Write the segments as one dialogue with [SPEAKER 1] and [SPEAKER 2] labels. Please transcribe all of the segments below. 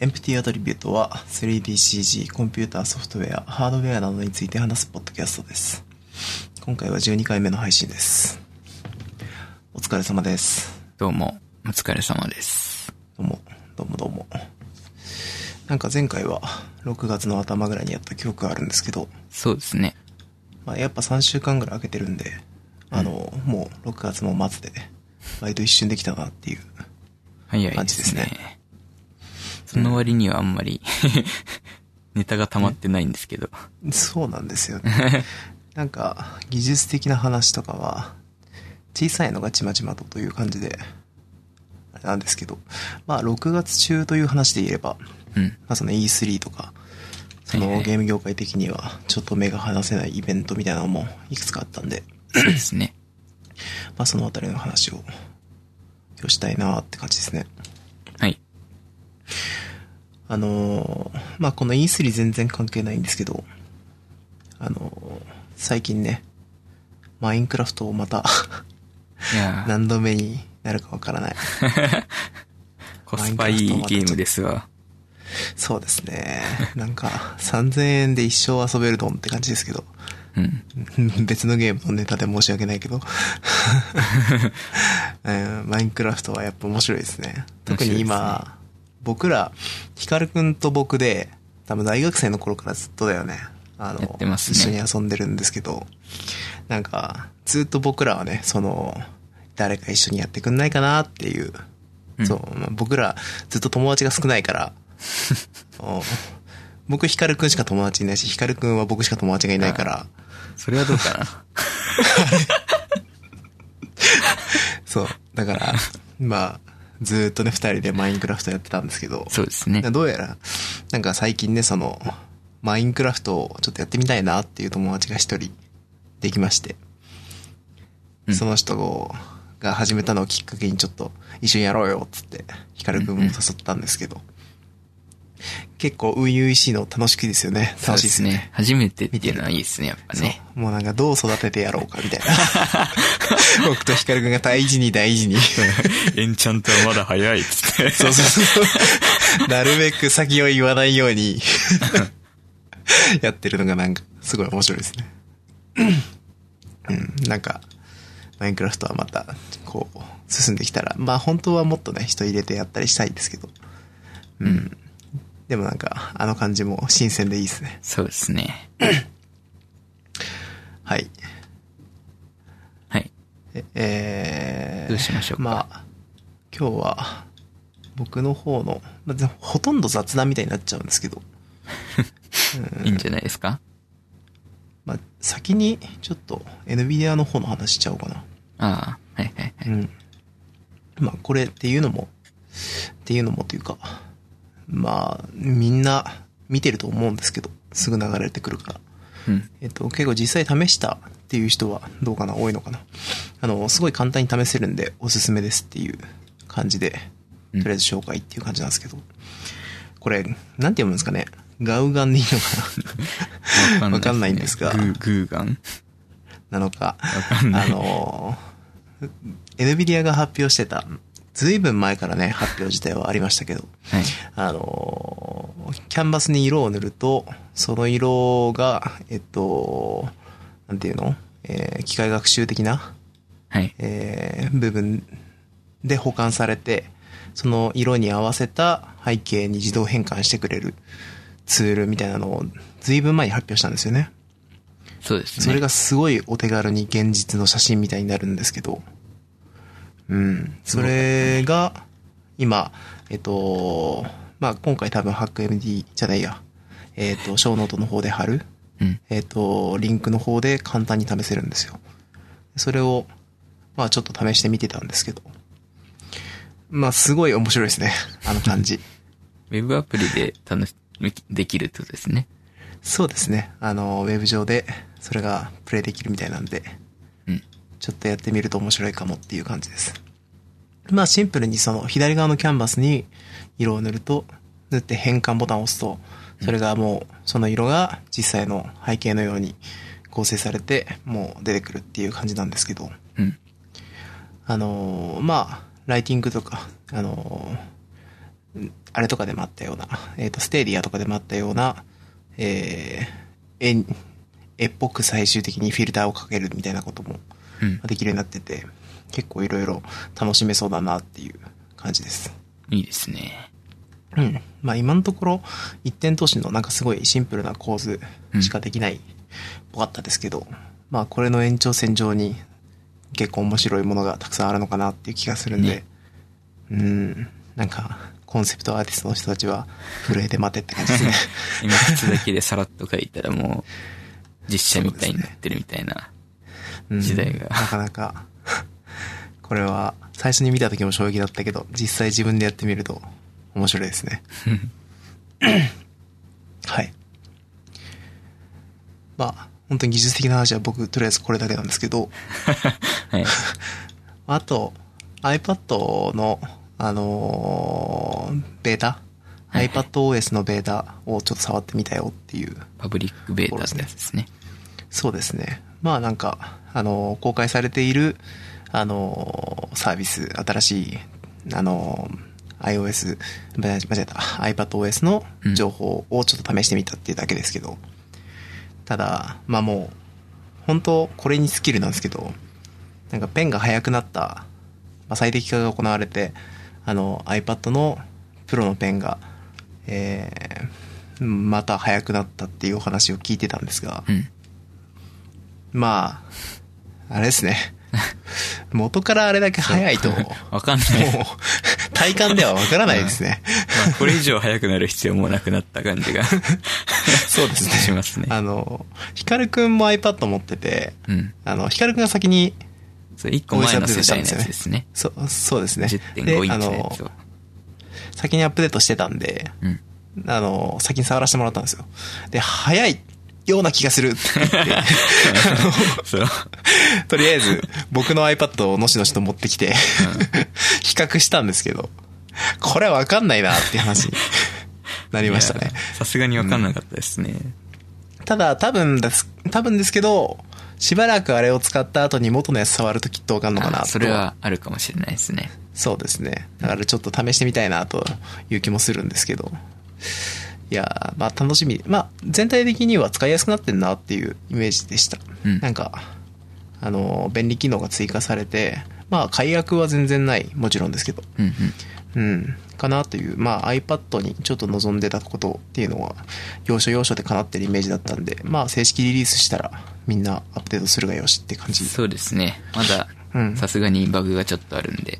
[SPEAKER 1] エンプティアトリビュートは 3DCG、コンピューターソフトウェア、ハードウェアなどについて話すポッドキャストです。今回は12回目の配信です。お疲れ様です。
[SPEAKER 2] どうも、お疲れ様です。
[SPEAKER 1] どうも、どうもどうも。なんか前回は6月の頭ぐらいにやった記憶があるんですけど、
[SPEAKER 2] そうですね。
[SPEAKER 1] まあ、やっぱ3週間ぐらい空けてるんで、あの、もう6月も末で、バイト一瞬できたなっていう。
[SPEAKER 2] 早い
[SPEAKER 1] 感
[SPEAKER 2] で
[SPEAKER 1] じですす
[SPEAKER 2] ね。
[SPEAKER 1] ね
[SPEAKER 2] その割にはあんまり、 ネタが溜まってないんですけど。
[SPEAKER 1] そうなんですよ ね。なんか、技術的な話とかは、小さいのがちまちまとという感じで、あれなんですけど、まあ、6月中という話で言えば、
[SPEAKER 2] うん。
[SPEAKER 1] まあ、その E3 とか、そ
[SPEAKER 2] はいは
[SPEAKER 1] の
[SPEAKER 2] い
[SPEAKER 1] ゲーム業界的には、ちょっと目が離せないイベントみたいなのもいくつかあったんで、
[SPEAKER 2] そうですね。
[SPEAKER 1] まあ、そのあたりの話を、今日したいなって感じですね。
[SPEAKER 2] はい。
[SPEAKER 1] あのーまあ、この E3 全然関係ないんですけど、あのー最近ね、マインクラフトをまた
[SPEAKER 2] いやー
[SPEAKER 1] 何度目になるかわからない。
[SPEAKER 2] コスパいいゲームですが。
[SPEAKER 1] そうですね。なんか、3000円で一生遊べるドンって感じですけど、
[SPEAKER 2] う ん。
[SPEAKER 1] 別のゲームのネタで申し訳ないけ ど、うんマインクラフトはやっぱ面白いですね。特に
[SPEAKER 2] 面白い
[SPEAKER 1] 今、僕ら、ヒカルくんと僕で、多分大学生の頃からずっとだよね。あの、
[SPEAKER 2] やってますね
[SPEAKER 1] 一緒に遊んでるんですけど、なんか、ずっと僕らはね、その、誰か一緒にやってくんないかなっていう、
[SPEAKER 2] うん
[SPEAKER 1] そう、まあ僕らずっと友達が少ない から、うん僕ヒカルくんしか友達いないし、ヒカルくんは僕しか友達がいないから、
[SPEAKER 2] それはどうか な。
[SPEAKER 1] そう。だから、 まあ、ずーっとね、二人でマインクラフトやってたんですけど、
[SPEAKER 2] そうですね。
[SPEAKER 1] どうやら、なんか最近ね、その、マインクラフトをちょっとやってみたいなっていう友達が一人できまして、
[SPEAKER 2] うん
[SPEAKER 1] その人が始めたのをきっかけにちょっと一緒にやろうよっつって、ヒカルくんも誘ったんですけど、結構初々しいの楽しくですよね。
[SPEAKER 2] そう
[SPEAKER 1] 楽
[SPEAKER 2] で
[SPEAKER 1] しいですすよね。
[SPEAKER 2] ね。初めてっていうのはいいですね、やっぱね。
[SPEAKER 1] そうもうなんかどう育ててやろうかみたいな。僕とヒカルくんが大事に大 事に。
[SPEAKER 2] エンチャントはまだ早いっつって。
[SPEAKER 1] そうそうそう。なるべく先を言わないように、やってるのがなんか、すごい面白いですね。うん、なんか、マインクラフトはまた、こう、進んできたら、まあ本当はもっとね、人入れてやったりしたいんですけど。うん。でもなんか、あの感じも新鮮でいいですね。
[SPEAKER 2] そうですね。
[SPEAKER 1] はい。
[SPEAKER 2] はい。
[SPEAKER 1] ええー、
[SPEAKER 2] どうしましょうか
[SPEAKER 1] まあ、今日は、僕の方の、まあ、ほとんど雑談みたいになっちゃうんですけど、
[SPEAKER 2] いいんじゃないですか
[SPEAKER 1] まあ、先にちょっと NVIDIA の方の話しちゃおうかな。
[SPEAKER 2] ああ、はいはいはい。
[SPEAKER 1] うん。まあ、これっていうのも、っていうのもというか、まあ、みんな見てると思うんですけど、すぐ流れてくるから。
[SPEAKER 2] うん。
[SPEAKER 1] えっと、結構実際試したっていう人はどうかな、多いのかな。あの、すごい簡単に試せるんで、おすすめですっていう感じで、と
[SPEAKER 2] うん
[SPEAKER 1] りあえず紹介っていう感じなんですけど。これ、なんて読むんですかね。ガウガンでいいのか
[SPEAKER 2] わ
[SPEAKER 1] わかんないんですが
[SPEAKER 2] グー、グーガン
[SPEAKER 1] ななのか。
[SPEAKER 2] わかんな
[SPEAKER 1] あ
[SPEAKER 2] い。
[SPEAKER 1] のー、NVIDIA が発表してた、ずいぶん前からね、発表自体はありましたけど、
[SPEAKER 2] はい。
[SPEAKER 1] あのー、キャンバスに色を塗ると、その色が、えっと、なんていうのえー機械学習的な、
[SPEAKER 2] はい。
[SPEAKER 1] えー部分で保管されて、その色に合わせた背景に自動変換してくれるツールみたいなのをずいぶん前に発表したんですよね。
[SPEAKER 2] そうですね。
[SPEAKER 1] それがすごいお手軽に現実の写真みたいになるんですけど、うん。それが、今、えっと、まあ、今回多分 HackMD じゃないや、えっと、ショーノートの方で貼る、
[SPEAKER 2] うん。
[SPEAKER 1] えっと、リンクの方で簡単に試せるんですよ。それを、まあ、ちょっと試してみてたんですけど、まあ、すごい面白いですね。あの感じ。
[SPEAKER 2] ウェブアプリで楽し、できるってことですね。
[SPEAKER 1] そうですね。あの、ウェブ上で、それがプレイできるみたいなんで、
[SPEAKER 2] うん。
[SPEAKER 1] ちょっとやってみると面白いかもっていう感じです。まあシンプルにその左側のキャンバスに色を塗ると、塗って変換ボタンを押すと、それがもうその色が実際の背景のように合成されて、もう出てくるっていう感じなんですけど、
[SPEAKER 2] うん。
[SPEAKER 1] あのーまあ、ライティングとか、あのあれとかでもあったような、えっ、と、ステーディアとかでもあったような、えー絵、絵っぽく最終的にフィルターをかけるみたいなことも
[SPEAKER 2] うん。
[SPEAKER 1] できるようになってて、結構いろいろ楽しめそうだなっていう感じです。
[SPEAKER 2] いいですね。
[SPEAKER 1] うん。まあ今のところ、一点投資のなんかすごいシンプルな構図しかできないっぽかったですけど、まあこれの延長線上に結構面白いものがたくさんあるのかなっていう気がするんで、
[SPEAKER 2] ね
[SPEAKER 1] うん、なんかコンセプトアーティストの人たちは震えて待てって感じ ですね。
[SPEAKER 2] 今筆だけでさらっと書いたらもう、実写みたいになってるみたいな。
[SPEAKER 1] うん
[SPEAKER 2] 時代が
[SPEAKER 1] なかなか、 これは最初に見た時も衝撃だったけど、実際自分でやってみると面白いです ね。はい。まあ、本当に技術的な話は僕、とりあえずこれだけなんですけど、
[SPEAKER 2] はい。
[SPEAKER 1] あと、iPad の、あのーベータ、
[SPEAKER 2] はい
[SPEAKER 1] iPadOS のベータをちょっと触ってみたよっていう
[SPEAKER 2] パブリックベータってやつですね。
[SPEAKER 1] そうですね。まあなんか、あの、公開されている、あの、サービス、新しい、あの、iOS、間違え間違えた、iPadOS の情報をちょっと試してみたっていうだけですけど、ただ、まあもう、本当これにスキルなんですけど、なんかペンが速くなった、まあ、最適化が行われて、あの、iPad のプロのペンが、えー、また速くなったっていうお話を聞いてたんですが、
[SPEAKER 2] うん。
[SPEAKER 1] まあ、あれ ですね。元からあれだけ早いと、もう、
[SPEAKER 2] わかんない。ま
[SPEAKER 1] 体感ではわからないですね。
[SPEAKER 2] あ、これ以上速くなる必要もなくなった 感じが。そうですね。 しますね。
[SPEAKER 1] あの、ヒカルくんも iPad 持ってて、
[SPEAKER 2] うん。
[SPEAKER 1] あの、ヒカルくんが先に、
[SPEAKER 2] それ一個前の世代のやつですね。
[SPEAKER 1] そそうですね。で
[SPEAKER 2] 10.5インチ
[SPEAKER 1] あ
[SPEAKER 2] のや
[SPEAKER 1] の
[SPEAKER 2] つ、を。
[SPEAKER 1] 先にアップデートしてたんで、
[SPEAKER 2] うん。
[SPEAKER 1] あの、先に触らせてもらったんですよ。で、早いような気がするって言って、
[SPEAKER 2] そう。
[SPEAKER 1] とりあえず、僕の iPad をのしのしと持ってきて、 比較したんですけど、これわかんないなっていう 話になりましたね
[SPEAKER 2] い。や。さすがにわかんなかったですね。
[SPEAKER 1] ただ、多分です、多分ですけど、しばらくあれを使った後に元のやつ触るときっとわかんのかな
[SPEAKER 2] あ
[SPEAKER 1] と。
[SPEAKER 2] それ。はあるかもしれないですね。
[SPEAKER 1] そうですね。だからちょっと試してみたいなという気もするんですけど。いやーまあ楽しみ。まあ、全体的には使いやすくなってんなっていうイメージでした。
[SPEAKER 2] うん
[SPEAKER 1] なんか、あのー、便利機能が追加されて、まあ、解約は全然ない、もちろんですけど。
[SPEAKER 2] うんうん。
[SPEAKER 1] うん、かなという、まあ iPad にちょっと望んでたことっていうのは、要所要所でかなってるイメージだったんで、まあ正式リリースしたらみんなアップデートするがよしって感じ。
[SPEAKER 2] そうですね。まだ
[SPEAKER 1] うん、
[SPEAKER 2] さすがにバグがちょっとあるん で。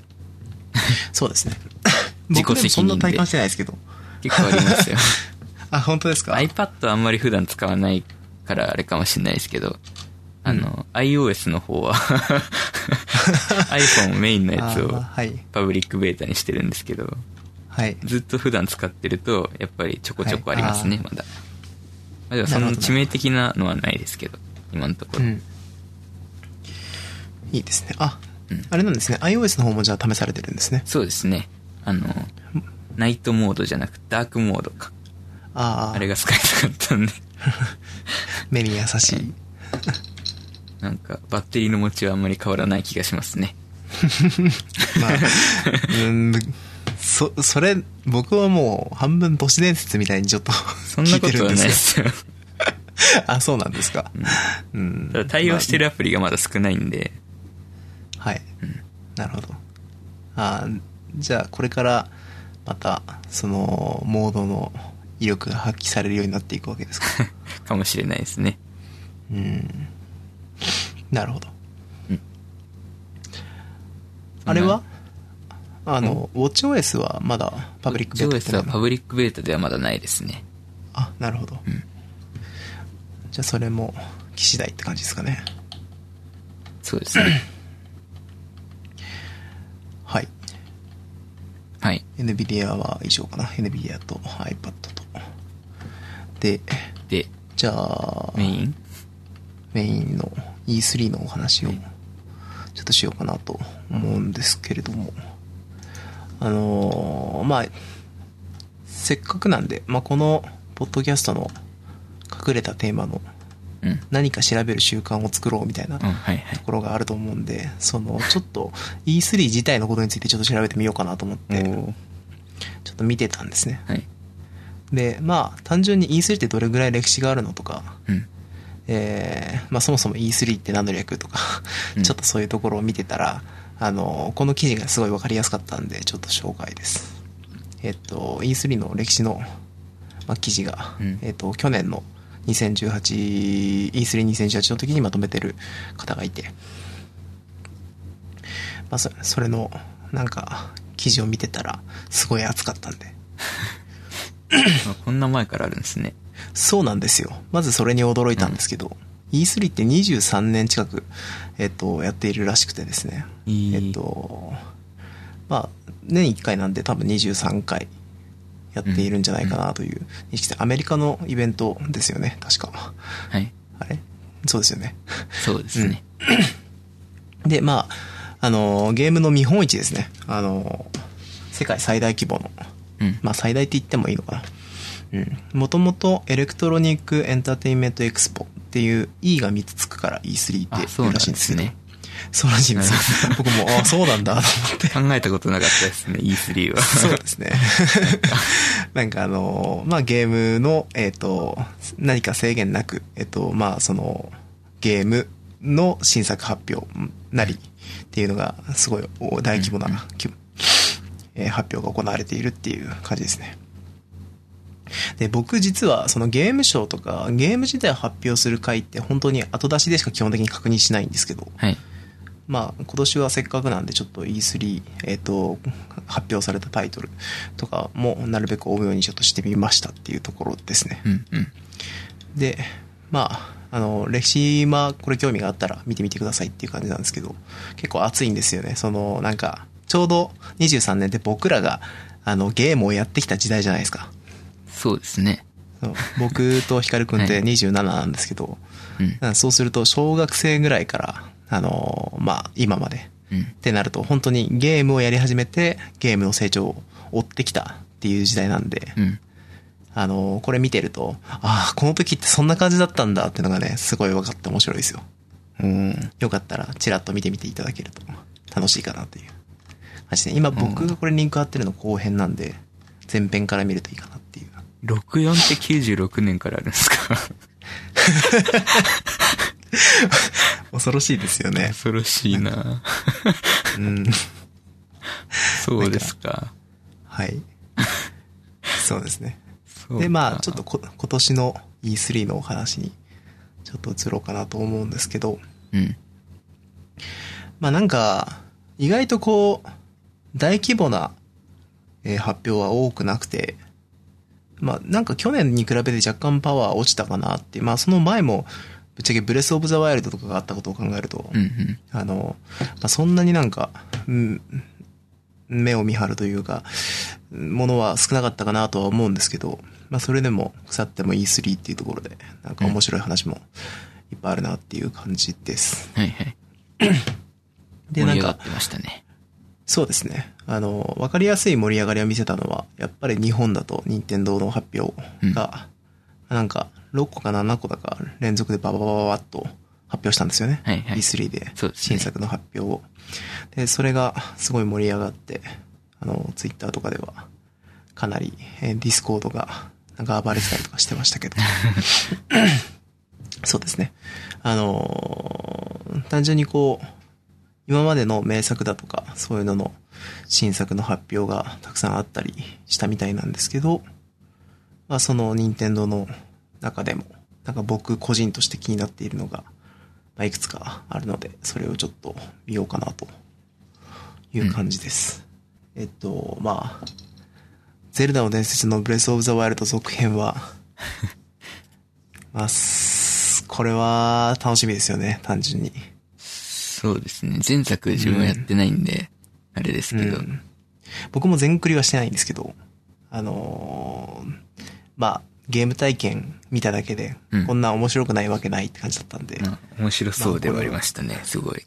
[SPEAKER 1] そうです ね。
[SPEAKER 2] 自己責任で
[SPEAKER 1] 僕でもそんな体感してないですけど。
[SPEAKER 2] 結構ありますよ。
[SPEAKER 1] あ、本当ですか
[SPEAKER 2] iPad はあんまり普段使わないからあれかもしれないですけど、あの、iOS の 方は iPhone メインのやつ
[SPEAKER 1] あーまあ
[SPEAKER 2] を
[SPEAKER 1] はい。
[SPEAKER 2] パブリックベータにしてるんですけど、
[SPEAKER 1] はい。
[SPEAKER 2] ずっと普段使ってると、やっぱりちょこちょこありますね、
[SPEAKER 1] は
[SPEAKER 2] まだ。まあでもその
[SPEAKER 1] なるほど
[SPEAKER 2] 致命的なのはないですけど、今のとこ
[SPEAKER 1] う
[SPEAKER 2] ろ。
[SPEAKER 1] ん。いいですね。あ、
[SPEAKER 2] うん
[SPEAKER 1] あれなんですね。iOS の方もじゃあ試されてるんですね。
[SPEAKER 2] そうですね。あの、ナイトモードじゃなくダークモードか。
[SPEAKER 1] ああ、
[SPEAKER 2] あれが使いたかったんで。
[SPEAKER 1] 目に優しい。
[SPEAKER 2] なんか、バッテリーの持ちはあんまり変わらない気がしますね。
[SPEAKER 1] まあ、うん、そ、それ、僕はもう半分都市伝説みたいにちょっと
[SPEAKER 2] そんな
[SPEAKER 1] 聞い
[SPEAKER 2] こ
[SPEAKER 1] て
[SPEAKER 2] と
[SPEAKER 1] るん
[SPEAKER 2] は
[SPEAKER 1] で
[SPEAKER 2] ないですすよ。
[SPEAKER 1] けど。あ、そうなんですか。うん
[SPEAKER 2] ただ対応してるアプリがまだ少ないんで、
[SPEAKER 1] まあはい。なるほど。あじゃあ、これから、また、その、モードの威力が発揮されるようになっていくわけですか。
[SPEAKER 2] かもしれないですね。
[SPEAKER 1] うん。なるほど。
[SPEAKER 2] うん
[SPEAKER 1] あれはあの、ウォッチ OS はまだパブリックベータって
[SPEAKER 2] iOS
[SPEAKER 1] な
[SPEAKER 2] はい
[SPEAKER 1] の
[SPEAKER 2] パブリックベータではまだないですね。
[SPEAKER 1] あなるほど、
[SPEAKER 2] ん
[SPEAKER 1] じゃあそれも機次第って感じですかね
[SPEAKER 2] そうですね。
[SPEAKER 1] はい
[SPEAKER 2] はい。
[SPEAKER 1] NVIDIA は以上かな NVIDIA と iPad とで
[SPEAKER 2] で、
[SPEAKER 1] じゃあ
[SPEAKER 2] メイン
[SPEAKER 1] メインの E3 のお話をちょっとしようかなと思うんですけれどもあのーまあせっかくなんで、まあ、このポッドキャストの隠れたテーマの
[SPEAKER 2] うん。うん、
[SPEAKER 1] 何か調べる習慣を作ろうみたいな
[SPEAKER 2] はいは
[SPEAKER 1] ところがあると思うんで、その、ちょっと E3 自体のことについてちょっと調べてみようかなと思って、
[SPEAKER 2] い。
[SPEAKER 1] ちょっ
[SPEAKER 2] おー
[SPEAKER 1] とっと見てたんですね。
[SPEAKER 2] はい。
[SPEAKER 1] で、まあ、単純に E3 ってどれぐらい歴史があるのとか、
[SPEAKER 2] うん。
[SPEAKER 1] えーまあそもそも E3 って何の略とか
[SPEAKER 2] う、ん
[SPEAKER 1] ちょっとそういうところを見てたら、あの、この記事がすごいわかりやすかったんで、ちょっと紹介です。えっと、E3 の歴史の、まあ、記事が、
[SPEAKER 2] うん
[SPEAKER 1] えっと、去年の 2018E32018 の時にまとめてる方がいて、まあそそれの、なんか、記事を見てたら、すごい熱かったんで、
[SPEAKER 2] まあこんな前からあるんですね。
[SPEAKER 1] そうなんですよ。まずそれに驚いたんですけど、E3 って23年近く、えっと、やっているらしくてですね。
[SPEAKER 2] えー
[SPEAKER 1] えっと、まあ、年1回なんで多分23回やっているんじゃないかなという意識で、アメリカのイベントですよね、確か。
[SPEAKER 2] はい。
[SPEAKER 1] あれそうですよね。
[SPEAKER 2] そうですね。
[SPEAKER 1] で、まあ、あの、ゲームの見本市ですね。あの、世界最大規模の
[SPEAKER 2] うん。
[SPEAKER 1] まあ最大って言ってもいいのかな。うん。もともとエレクトロニックエンターテインメントエクスポっていう E が3つつくから E3 って
[SPEAKER 2] あ、
[SPEAKER 1] 言
[SPEAKER 2] そう
[SPEAKER 1] う
[SPEAKER 2] なん
[SPEAKER 1] ら
[SPEAKER 2] で
[SPEAKER 1] しいんです
[SPEAKER 2] す
[SPEAKER 1] けど。
[SPEAKER 2] ね。
[SPEAKER 1] そうらしいんですよ。僕も、あそうなんだと思って。
[SPEAKER 2] 考えたことなかったですね、E3 は。
[SPEAKER 1] そうですね。 なんかあのー、まあゲームの、えっ、と、何か制限なく、えっ、と、まあその、ゲームの新作発表なりっていうのが、すごいお大規模な、きゅえー発表が行われているっていう感じですね。で、僕実はそのゲームショーとか、ゲーム自体を発表する回って本当に後出しでしか基本的に確認しないんですけど、
[SPEAKER 2] はい。
[SPEAKER 1] まあ、今年はせっかくなんで、ちょっと E3、えっ、と、発表されたタイトルとかも、なるべく追うようにちょっとしてみましたっていうところですね
[SPEAKER 2] う。ん、うん。
[SPEAKER 1] で、まあ、あの、歴史はこれ興味があったら見てみてくださいっていう感じなんですけど、結構熱いんですよね。その、なんか、ちょうど23年って僕らが、あの、ゲームをやってきた時代じゃないですか。
[SPEAKER 2] そうですね。
[SPEAKER 1] そう僕と光くんっ
[SPEAKER 2] は
[SPEAKER 1] て
[SPEAKER 2] い
[SPEAKER 1] 27なんですけど、
[SPEAKER 2] うん。
[SPEAKER 1] うんそうすると、小学生ぐらいから、あの、まあ、今まで、
[SPEAKER 2] うん
[SPEAKER 1] っ。てなると本当にゲームをやり始めてゲームの成長を追ってきたっていう時代なんで、
[SPEAKER 2] うん。
[SPEAKER 1] あのこれ見てるとああこの時ってそんな感じだったんだってのがねすごい分かって面白いですよ
[SPEAKER 2] うん。
[SPEAKER 1] よかったらチラッと見てみていただけると楽しいかなという感じで今僕がこれリンク貼ってるの後編なんで前編から見るといいかなっていう
[SPEAKER 2] 64って96年からある んですか
[SPEAKER 1] 恐ろしいですよね
[SPEAKER 2] 恐ろしいな
[SPEAKER 1] うん
[SPEAKER 2] そうですか。
[SPEAKER 1] はいそうですね
[SPEAKER 2] そうか
[SPEAKER 1] で、まあ、ちょっと。こ今年の E3 のお話に、ちょっと移ろうかなと思うんですけど、
[SPEAKER 2] うん。
[SPEAKER 1] まあなんか、意外とこう、大規模な、えー発表は多くなくて、まあなんか去年に比べて若干パワー落ちたかなって、まあその前も、ぶっちゃけブレスオブザワイルドとかがあったことを考えると、
[SPEAKER 2] うん、うん。
[SPEAKER 1] あの、まあ、そんなになんか、うん、目を見張るというか、ものは少なかったかなとは思うんですけど、まあそれでも腐っても E3 っていうところで、なんか面白い話もいっぱいあるなっていう感じです。
[SPEAKER 2] はいはい。
[SPEAKER 1] で、
[SPEAKER 2] 盛
[SPEAKER 1] な
[SPEAKER 2] り
[SPEAKER 1] ん
[SPEAKER 2] 上がっ
[SPEAKER 1] か、
[SPEAKER 2] てましたね。
[SPEAKER 1] そうですね。あの、わかりやすい盛り上がりを見せたのは、やっぱり日本だと任天堂の発表が、なんか6個か7個だか連続でバババババッと発表したんですよね。
[SPEAKER 2] はいはい
[SPEAKER 1] E3 で
[SPEAKER 2] そうですね
[SPEAKER 1] 新作の発表を。で、それがすごい盛り上がって、あの、ツイッターとかでは、かなり、えーディスコードが、なんか暴れてたりとかしてましたけど。そうですね。あのー単純にこう、今までの名作だとか、そういうのの新作の発表がたくさんあったりしたみたいなんですけど、まあその任天堂の中でも、なんか僕個人として気になっているのが、まあいくつかあるので、それをちょっと見ようかなという感じです。えっと、まあ、ゼルダの伝説のブレスオブザワイルド続編 は、まあ、すこれは楽しみですよね、単純に。
[SPEAKER 2] そうですね。前作自分はやってないんで、あれですけど。
[SPEAKER 1] うん僕も全クリはしてないんですけど、あのーまあ、ゲーム体験見ただけで、
[SPEAKER 2] うん
[SPEAKER 1] こんな面白くないわけないって感じだったんで、
[SPEAKER 2] まあ面白そうではありましたね、すごい。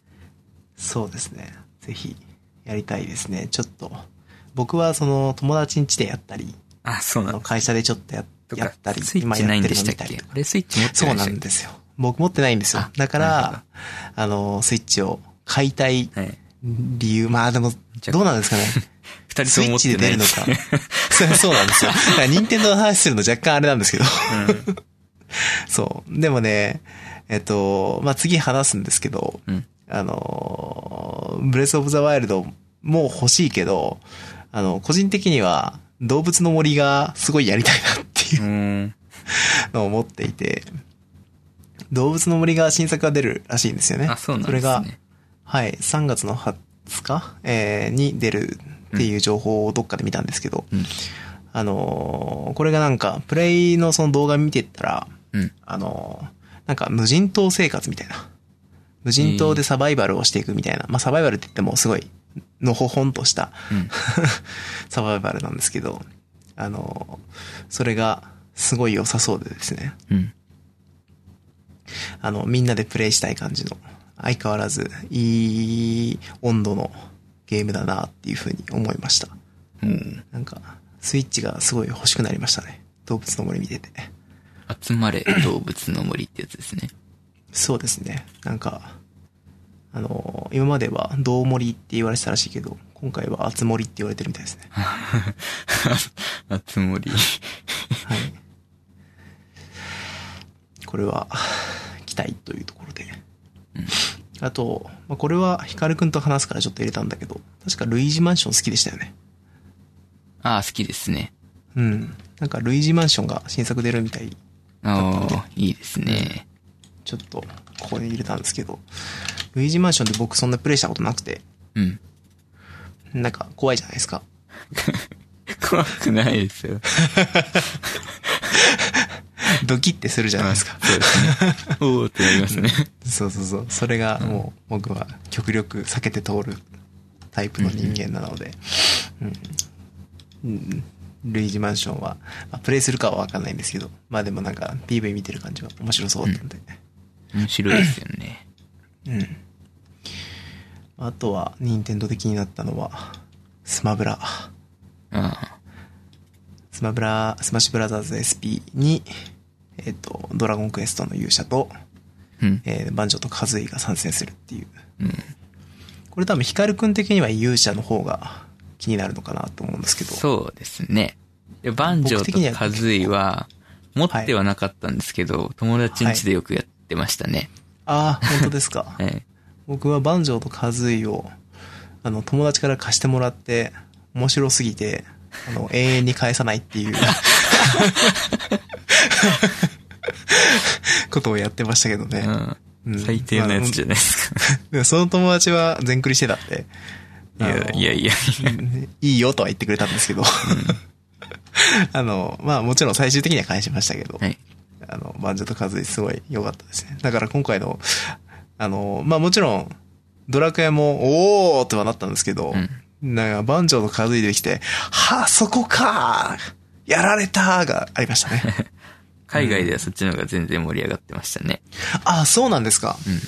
[SPEAKER 1] そうですね。ぜひ、やりたいですね。ちょっと、僕はその友達ん家でやったり、
[SPEAKER 2] あ、そうな
[SPEAKER 1] あの
[SPEAKER 2] の
[SPEAKER 1] 会社でちょっとや
[SPEAKER 2] と
[SPEAKER 1] や
[SPEAKER 2] か
[SPEAKER 1] ったり、
[SPEAKER 2] スイッチないんでしたっ
[SPEAKER 1] 今やってるの見たり
[SPEAKER 2] け
[SPEAKER 1] とか
[SPEAKER 2] あれスイッチ持って
[SPEAKER 1] そ
[SPEAKER 2] な
[SPEAKER 1] う
[SPEAKER 2] いで
[SPEAKER 1] な
[SPEAKER 2] したっ
[SPEAKER 1] ん
[SPEAKER 2] け
[SPEAKER 1] ですよ。僕持ってないんですよ
[SPEAKER 2] あ。
[SPEAKER 1] だか
[SPEAKER 2] なるほ
[SPEAKER 1] ら、あの、スイッチを買いたい
[SPEAKER 2] はい。
[SPEAKER 1] 理由、まあでも
[SPEAKER 2] じゃ、あ
[SPEAKER 1] どうなんですかね。
[SPEAKER 2] 二人
[SPEAKER 1] ス
[SPEAKER 2] と
[SPEAKER 1] イ
[SPEAKER 2] も持
[SPEAKER 1] ッ
[SPEAKER 2] っ
[SPEAKER 1] チ
[SPEAKER 2] て
[SPEAKER 1] で出
[SPEAKER 2] ない
[SPEAKER 1] る
[SPEAKER 2] で
[SPEAKER 1] の
[SPEAKER 2] す
[SPEAKER 1] か
[SPEAKER 2] ね。。
[SPEAKER 1] そうそうなんですよ。だから任天堂の話するの若干あれなんですけど。そう。でもね、えっと、まあ、次話すんですけど、
[SPEAKER 2] うん
[SPEAKER 1] あのー、ブレスオブザワイルドも欲しいけど、あの、個人的には動物の森がすごいやりたいなっていう
[SPEAKER 2] うん。うん。
[SPEAKER 1] のを思っていて、動物の森が新作が出るらしいんですよね。
[SPEAKER 2] あ、そうなん
[SPEAKER 1] そ
[SPEAKER 2] で
[SPEAKER 1] れ
[SPEAKER 2] すね。
[SPEAKER 1] が、はい、3月の20日、えーに出るっていう情報をどっかで見たんですけど、
[SPEAKER 2] うん
[SPEAKER 1] あのーこれがなんか、プレイのその動画見てったら、
[SPEAKER 2] うん。
[SPEAKER 1] あの、なんか無人島生活みたいな。無人島でサバイバルをしていくみたいな。まあサバイバルって言ってもすごい、のほほんとした
[SPEAKER 2] うん。
[SPEAKER 1] サバイバルなんですけど、あの、それがすごい良さそうでですね。
[SPEAKER 2] うん。
[SPEAKER 1] あの、みんなでプレイしたい感じの、相変わらずいい温度のゲームだなっていうふうに思いました。
[SPEAKER 2] うん
[SPEAKER 1] なんか、スイッチがすごい欲しくなりましたね。動物の森見てて。
[SPEAKER 2] 集まれ動物の森ってやつですね。
[SPEAKER 1] そうですね。なんか、あの、今までは、どう森って言われてたらしいけど、今回は、あつ森って言われてるみたいですね。
[SPEAKER 2] あつ森。
[SPEAKER 1] はい。これは、期待というところで。あと、まあ、これは、ヒカルくんと話すからちょっと入れたんだけど、確か、ルイージマンション好きでしたよね。
[SPEAKER 2] ああ、好きですね。
[SPEAKER 1] うん。なんか、ルイージマンションが新作出るみたい。
[SPEAKER 2] ああ、いいですね。
[SPEAKER 1] ちょっと、ここに入れたんですけど、ルイージマンションって僕そんなプレイしたことなくて、
[SPEAKER 2] うん。
[SPEAKER 1] なんか、怖いじゃないですか。
[SPEAKER 2] 怖くないですよ。
[SPEAKER 1] ドキってするじゃないですか。
[SPEAKER 2] そうですね。 おーってなりますね。
[SPEAKER 1] そうそうそう。それがもう僕は極力避けて通るタイプの人間なので、うん。うんルイージマンションは、まあプレイするかはわかんないんですけど、まあでもなんか PV 見てる感じは面白そうだったんで。
[SPEAKER 2] 面白いですよね。
[SPEAKER 1] うん。あとは、任天堂で気になったのは、スマブラ。
[SPEAKER 2] あ
[SPEAKER 1] スマブラ、スマッシュブラザーズ SP に、えっ、と、ドラゴンクエストの勇者と、
[SPEAKER 2] あ。うん。
[SPEAKER 1] えー、バンジョーとカズイが参戦するっていう。
[SPEAKER 2] うん。
[SPEAKER 1] これ多分ヒカルくん的には勇者の方が気になるのかなと思うんですけど。
[SPEAKER 2] そうですね。でバンジョ
[SPEAKER 1] 僕的に
[SPEAKER 2] ー
[SPEAKER 1] は
[SPEAKER 2] とカズイは、持ってはなかったんですけど、友達ん家でよくやってましたね。
[SPEAKER 1] ああ、本当ですか。
[SPEAKER 2] はい。
[SPEAKER 1] 僕はバンジョーとカズイを、あの、友達から貸してもらって、面白すぎて、あ の、永遠に返さないっていう、ことをやってましたけどね。う
[SPEAKER 2] う
[SPEAKER 1] ん
[SPEAKER 2] ん。最低なやつじゃないですか。
[SPEAKER 1] でその友達は全クリしてたって。
[SPEAKER 2] いや、いやいや。
[SPEAKER 1] や。うんいいよとは言ってくれたんですけど。 あの、まあもちろん最終 的には返しましたけど。
[SPEAKER 2] はい。
[SPEAKER 1] あの、バンジョーとカズイすごい良かったですね。だから今回の、あの、まあもちろん、ドラクエも、おーとはなったんですけど、なんかバンジョーとカズイできて、はあ、そこかーやられたーがありましたね。
[SPEAKER 2] 海外ではそっちの方が全然盛り上がってましたね。
[SPEAKER 1] あ、そうなんですか。
[SPEAKER 2] うん。
[SPEAKER 1] な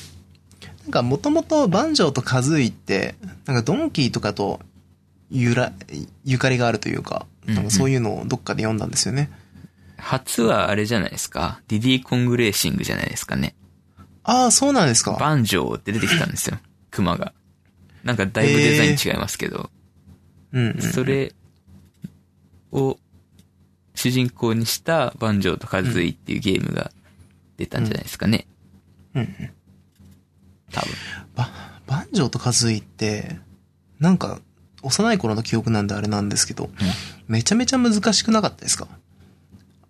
[SPEAKER 1] んかもともとバンジョーとカズイって、なんかドンキーとかと、ゆら、ゆかりがあるというか、なんかそういうのをどっかで読んだんですよね。
[SPEAKER 2] 初はあれじゃないですか。ディディコングレーシングじゃないですかね。
[SPEAKER 1] ああ、そうなんですか。
[SPEAKER 2] バンジョーって出てきた んですよ。熊が。なんかだいぶデザイン違いますけど。
[SPEAKER 1] うん、うん。
[SPEAKER 2] それを主人公にしたバンジョーとカズイっていうゲームが出たんじゃないですかね。
[SPEAKER 1] うんうん
[SPEAKER 2] 多分。
[SPEAKER 1] ババンジョーとカズイって、なんか、幼い頃の記憶なんであれなんですけど、めちゃめちゃ難しくなかったですか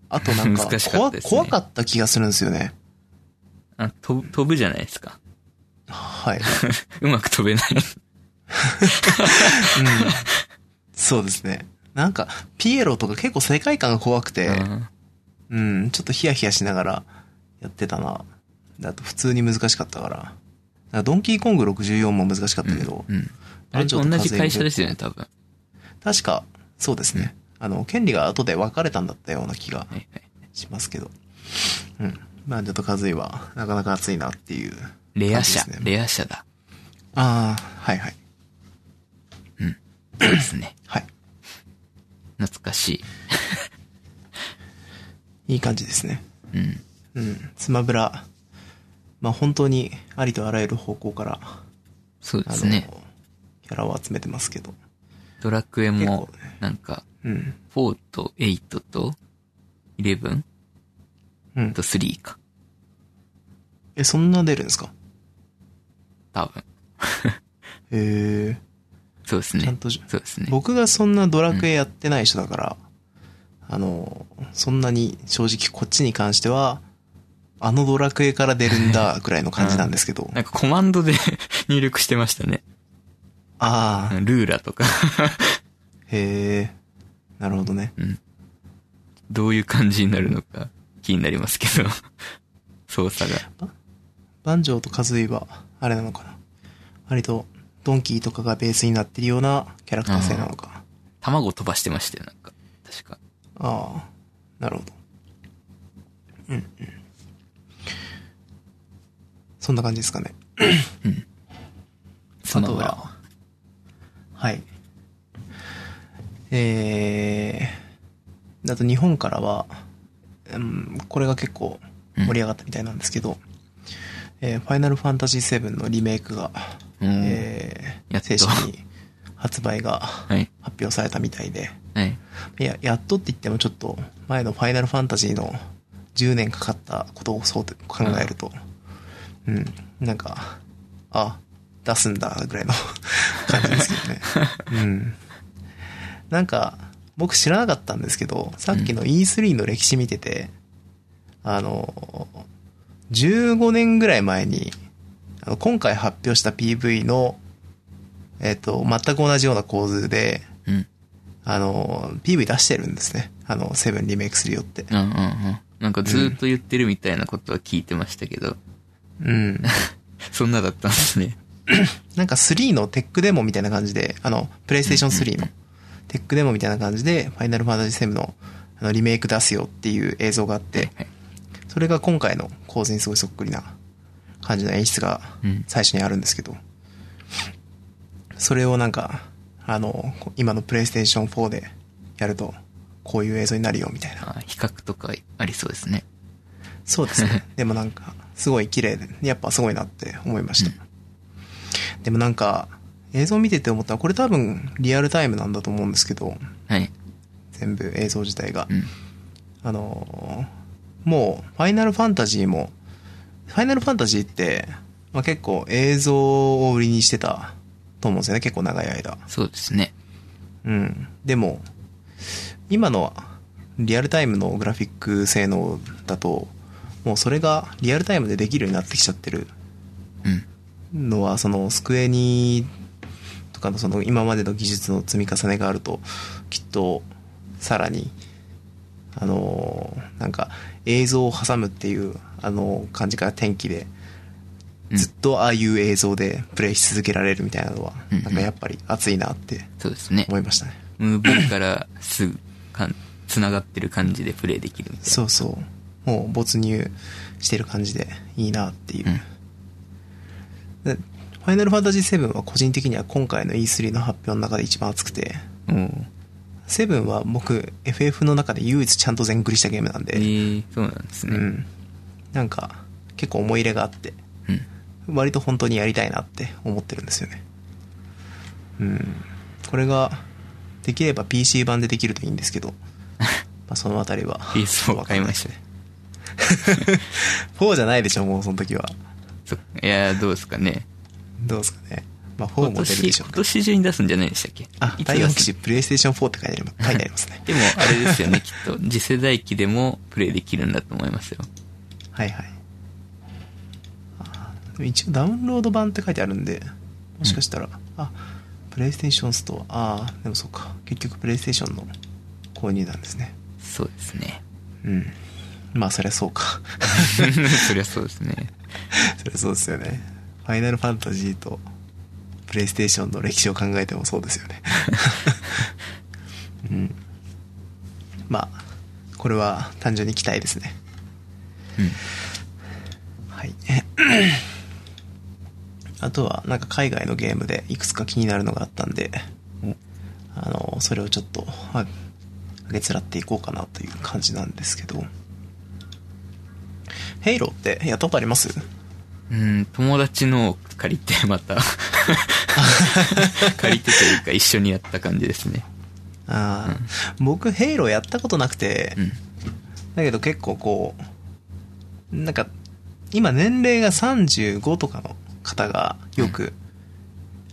[SPEAKER 1] あとなんか
[SPEAKER 2] 難しか
[SPEAKER 1] 怖
[SPEAKER 2] ったですね
[SPEAKER 1] 怖かった気がするんですよね。
[SPEAKER 2] あ飛ぶ飛ぶじゃないですか。
[SPEAKER 1] はい。
[SPEAKER 2] うまく飛べない。
[SPEAKER 1] そうですね。なんか、ピエロとか結構世界観が怖くて、
[SPEAKER 2] うん
[SPEAKER 1] うん、ちょっとヒヤヒヤしながらやってたな。であと普通に難しかったから。なんかドンキーコング64も難しかったけど、
[SPEAKER 2] うん。あ
[SPEAKER 1] バ
[SPEAKER 2] れ
[SPEAKER 1] ンジョ
[SPEAKER 2] と
[SPEAKER 1] ーとカ
[SPEAKER 2] 同
[SPEAKER 1] ズイ
[SPEAKER 2] じ会社ですよね、多分。
[SPEAKER 1] 確か、そうですね。あの、権利が後で分かれたんだったような気が
[SPEAKER 2] はいはい
[SPEAKER 1] しますけど。うん。まあ、ちょっとカズイは、なかなか熱いなっていう。
[SPEAKER 2] レア社
[SPEAKER 1] 感じです、ね
[SPEAKER 2] レア社だ。
[SPEAKER 1] ああ、はいはい。
[SPEAKER 2] そうです ね。
[SPEAKER 1] はい。
[SPEAKER 2] 懐かしい。
[SPEAKER 1] いい感じですね。
[SPEAKER 2] うん。
[SPEAKER 1] うん。スマブラ。まあ、本当に、ありとあらゆる方向から、
[SPEAKER 2] そうで
[SPEAKER 1] あ
[SPEAKER 2] すね。
[SPEAKER 1] キャラを集めてますけど。
[SPEAKER 2] ドラクエ
[SPEAKER 1] 結
[SPEAKER 2] も
[SPEAKER 1] 構、
[SPEAKER 2] なんか、
[SPEAKER 1] うん。
[SPEAKER 2] 4と8と11
[SPEAKER 1] うん
[SPEAKER 2] と3か。
[SPEAKER 1] え、そんな出るんですか
[SPEAKER 2] 多分。
[SPEAKER 1] へ
[SPEAKER 2] そうです
[SPEAKER 1] え、ちゃ
[SPEAKER 2] ね
[SPEAKER 1] ん。とじ、
[SPEAKER 2] そうですね。
[SPEAKER 1] 僕がそんなドラクエやってない人だから、あの、そんなに正直こっちに関しては、あのドラクエから出るんだ、ぐらいの感じなんですけど。
[SPEAKER 2] なんかコマンドで 入力してましたね。
[SPEAKER 1] ああ、
[SPEAKER 2] ルーラとか、
[SPEAKER 1] へえ、なるほどね。
[SPEAKER 2] どういう感じになるのか気になりますけど。操作が。
[SPEAKER 1] バンジョーとカズイは、あれなのかな。割と、ドンキーとかがベースになってるようなキャラクター性なのか。
[SPEAKER 2] 卵飛ばしてましたよ、なんか。確か。
[SPEAKER 1] ああ、なるほど。うんうん。そんな感じですかね。
[SPEAKER 2] その
[SPEAKER 1] あとははい。えー、あと日本からは、うん、これが結構盛り上がったみたいなんですけど、えーファイナルファンタジー7のリメイクが、
[SPEAKER 2] うん
[SPEAKER 1] えー
[SPEAKER 2] やっと
[SPEAKER 1] 正式に発売が発
[SPEAKER 2] はい。
[SPEAKER 1] 表されたみたいで、
[SPEAKER 2] はい。
[SPEAKER 1] いや、やっとって言ってもちょっと前のファイナルファンタジーの10年かかったことをそう考えると、うん、なんか、あ、出すんだぐらい の感じですけどね。うん。なんか、僕知らなかったんですけど、さっきの E3 の歴史見てて、あの、15年ぐらい前に、あの今回発表した PV の、えっ、と、全く同じような構図で、
[SPEAKER 2] うん。
[SPEAKER 1] あの、PV 出してるんですね。あの、セブンリメイクするよって。
[SPEAKER 2] うんうんうん。なんかずーっと言ってるみたいなことは聞いてましたけど、
[SPEAKER 1] うん。
[SPEAKER 2] そんなだったんですね。
[SPEAKER 1] なんか3のテックデモみたいな感じで、あの、プレイステーション3のテックデモみたいな感じで、ファイナルファンタジー7のあのリメイク出すよっていう映像があって、
[SPEAKER 2] はい。
[SPEAKER 1] それが今回の構図にすごいそっくりな感じの演出が
[SPEAKER 2] うん。
[SPEAKER 1] 最初にあるんですけど、それをなんか、あの、今のプレイステーション4でやると、こういう映像になるよみたいな。
[SPEAKER 2] あー比較とかありそうですね。
[SPEAKER 1] そうですね。 でもなんか、すごい綺麗で、やっぱすごいなって思いました。でもなんか、映像見てて思ったら、これ多分リアルタイムなんだと思うんですけど、
[SPEAKER 2] はい。
[SPEAKER 1] 全部映像自体が
[SPEAKER 2] う。ん。
[SPEAKER 1] あのーもう、ファイナルファンタジーも、ファイナルファンタジーって、まあ、結構映像を売りにしてたと思うんですよね、結構長い間。
[SPEAKER 2] そうですね。
[SPEAKER 1] うん。でも、今のリアルタイムのグラフィック性能だと、もうそれがリアルタイムでできるようになってきちゃってる
[SPEAKER 2] うん。
[SPEAKER 1] のは、そのスクエニとかのその今までの技術の積み重ねがあると、きっとさらに、あのー、なんか映像を挟むっていう、あのー感じから転機で、
[SPEAKER 2] うん
[SPEAKER 1] ずっとああいう映像でプレイし続けられるみたいなのは、
[SPEAKER 2] うんうん
[SPEAKER 1] なんかやっぱり熱いなって
[SPEAKER 2] そうですね。
[SPEAKER 1] 思いましたね。
[SPEAKER 2] ムービーからすぐ、かん、繋がってる感じでプレイできるみたいな。
[SPEAKER 1] そうそう。もう没入してる感じでいいなっていう。
[SPEAKER 2] うん
[SPEAKER 1] でファイナルファンタジー7は個人的には今回の E3 の発表の中で一番熱くて、
[SPEAKER 2] おー
[SPEAKER 1] 7は僕 FF の中で唯一ちゃんと全クリしたゲームなんで、
[SPEAKER 2] えー、そうなんです
[SPEAKER 1] う
[SPEAKER 2] ね。
[SPEAKER 1] ん。なんか結構思い入れがあって、
[SPEAKER 2] うん。
[SPEAKER 1] 割と本当にやりたいなって思ってるんですよね。うん。これができれば PC 版でできるといいんですけ ど、まあそのあたりは。
[SPEAKER 2] PS4 買いましたね。
[SPEAKER 1] 4じゃないでしょ、もうその時は。
[SPEAKER 2] そっかいやー、どうですかね。
[SPEAKER 1] どうですかね。まあ、4
[SPEAKER 2] 今
[SPEAKER 1] も出るで
[SPEAKER 2] 年、
[SPEAKER 1] しょ
[SPEAKER 2] 今
[SPEAKER 1] うか。
[SPEAKER 2] 年中に出すんじゃないでしたっけ
[SPEAKER 1] あ、
[SPEAKER 2] いつ
[SPEAKER 1] 第4
[SPEAKER 2] 出
[SPEAKER 1] 期
[SPEAKER 2] す
[SPEAKER 1] でプレイステーション4って書いてあります書いてありますね。
[SPEAKER 2] でも、あれですよね、きっと。次世代機でもプレイできるんだと思いますよ。
[SPEAKER 1] はいはい。あでも一応ダウンロード版って書いてあるんで、もしかしたら、あ、プレイステーションストア、あーでもそうか。結局プレイステーションの購入なんですね。
[SPEAKER 2] そうですね。
[SPEAKER 1] うん。まあ、そりゃそうか。
[SPEAKER 2] そりゃそうですね。
[SPEAKER 1] そりゃそうですよね。ファイナルファンタジーと、プレイステーションの歴史を考えてもそうですよね。 うん。まあ、これは単純に期待ですね。
[SPEAKER 2] うん。
[SPEAKER 1] はい。 あとは、なんか海外のゲームでいくつか気になるのがあったんで、あの、それをちょっと、ああげつらっていこうかなという感じなんですけど、ヘイローってやったことあります
[SPEAKER 2] うん、友達のを送っ借りて、また借りてというか一緒にやった感じですね。
[SPEAKER 1] ああ、僕、ヘイローやったことなくて、
[SPEAKER 2] うん。
[SPEAKER 1] だけど結構こう、なんか、今年齢が35とかの方がよく、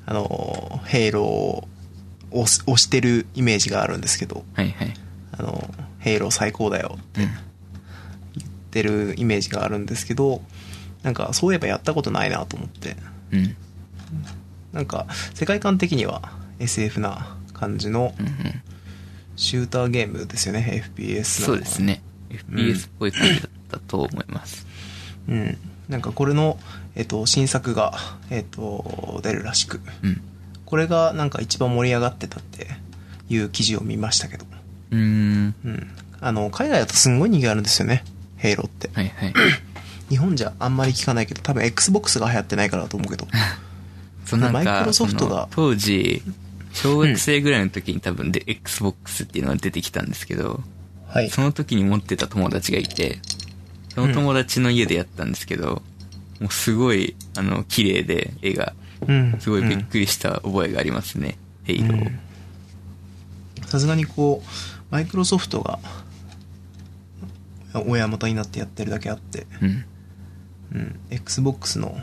[SPEAKER 1] あの、ヘイローを押す押してるイメージがあるんですけど、
[SPEAKER 2] はいはい。
[SPEAKER 1] あの、ヘイロー最高だよ
[SPEAKER 2] うん。
[SPEAKER 1] ってるイメージがあるんですけど、なんかそういえばやったことないなと思って、
[SPEAKER 2] うん。うん
[SPEAKER 1] なんか世界観的には SF な感じの
[SPEAKER 2] うん。
[SPEAKER 1] シューターゲームですよね、FPS なのかな
[SPEAKER 2] そうです。ね。FPS っぽい感じだったと思います。
[SPEAKER 1] うん。なんかこれの、えっと、新作が、えっと、出るらしく。
[SPEAKER 2] うん。
[SPEAKER 1] これがなんか一番盛り上がってたっていう記事を見ましたけど。
[SPEAKER 2] うーん。
[SPEAKER 1] うん。あの、海外だとすんごい人気あるんですよね。ヘイローって。
[SPEAKER 2] はい はい。
[SPEAKER 1] 日本じゃあんまり聞かないけど、多分 Xbox が流行ってないからだと思うけ ど。
[SPEAKER 2] そうなんか、
[SPEAKER 1] マイクロソフトが
[SPEAKER 2] その当時、小学生ぐらいの時に多分で、Xbox っていうのが出てきたんですけど、
[SPEAKER 1] はい
[SPEAKER 2] その時に持ってた友達がいて、その友達の家でやったんですけど、もうすごい、あの、綺麗で、絵が、
[SPEAKER 1] うん。
[SPEAKER 2] すごいびっくりした覚えがありますね。ヘイロ
[SPEAKER 1] う
[SPEAKER 2] ー
[SPEAKER 1] ん。さすがにこう、マイクロソフトが、親元になってやってるだけあって、
[SPEAKER 2] うん。
[SPEAKER 1] うん、Xbox の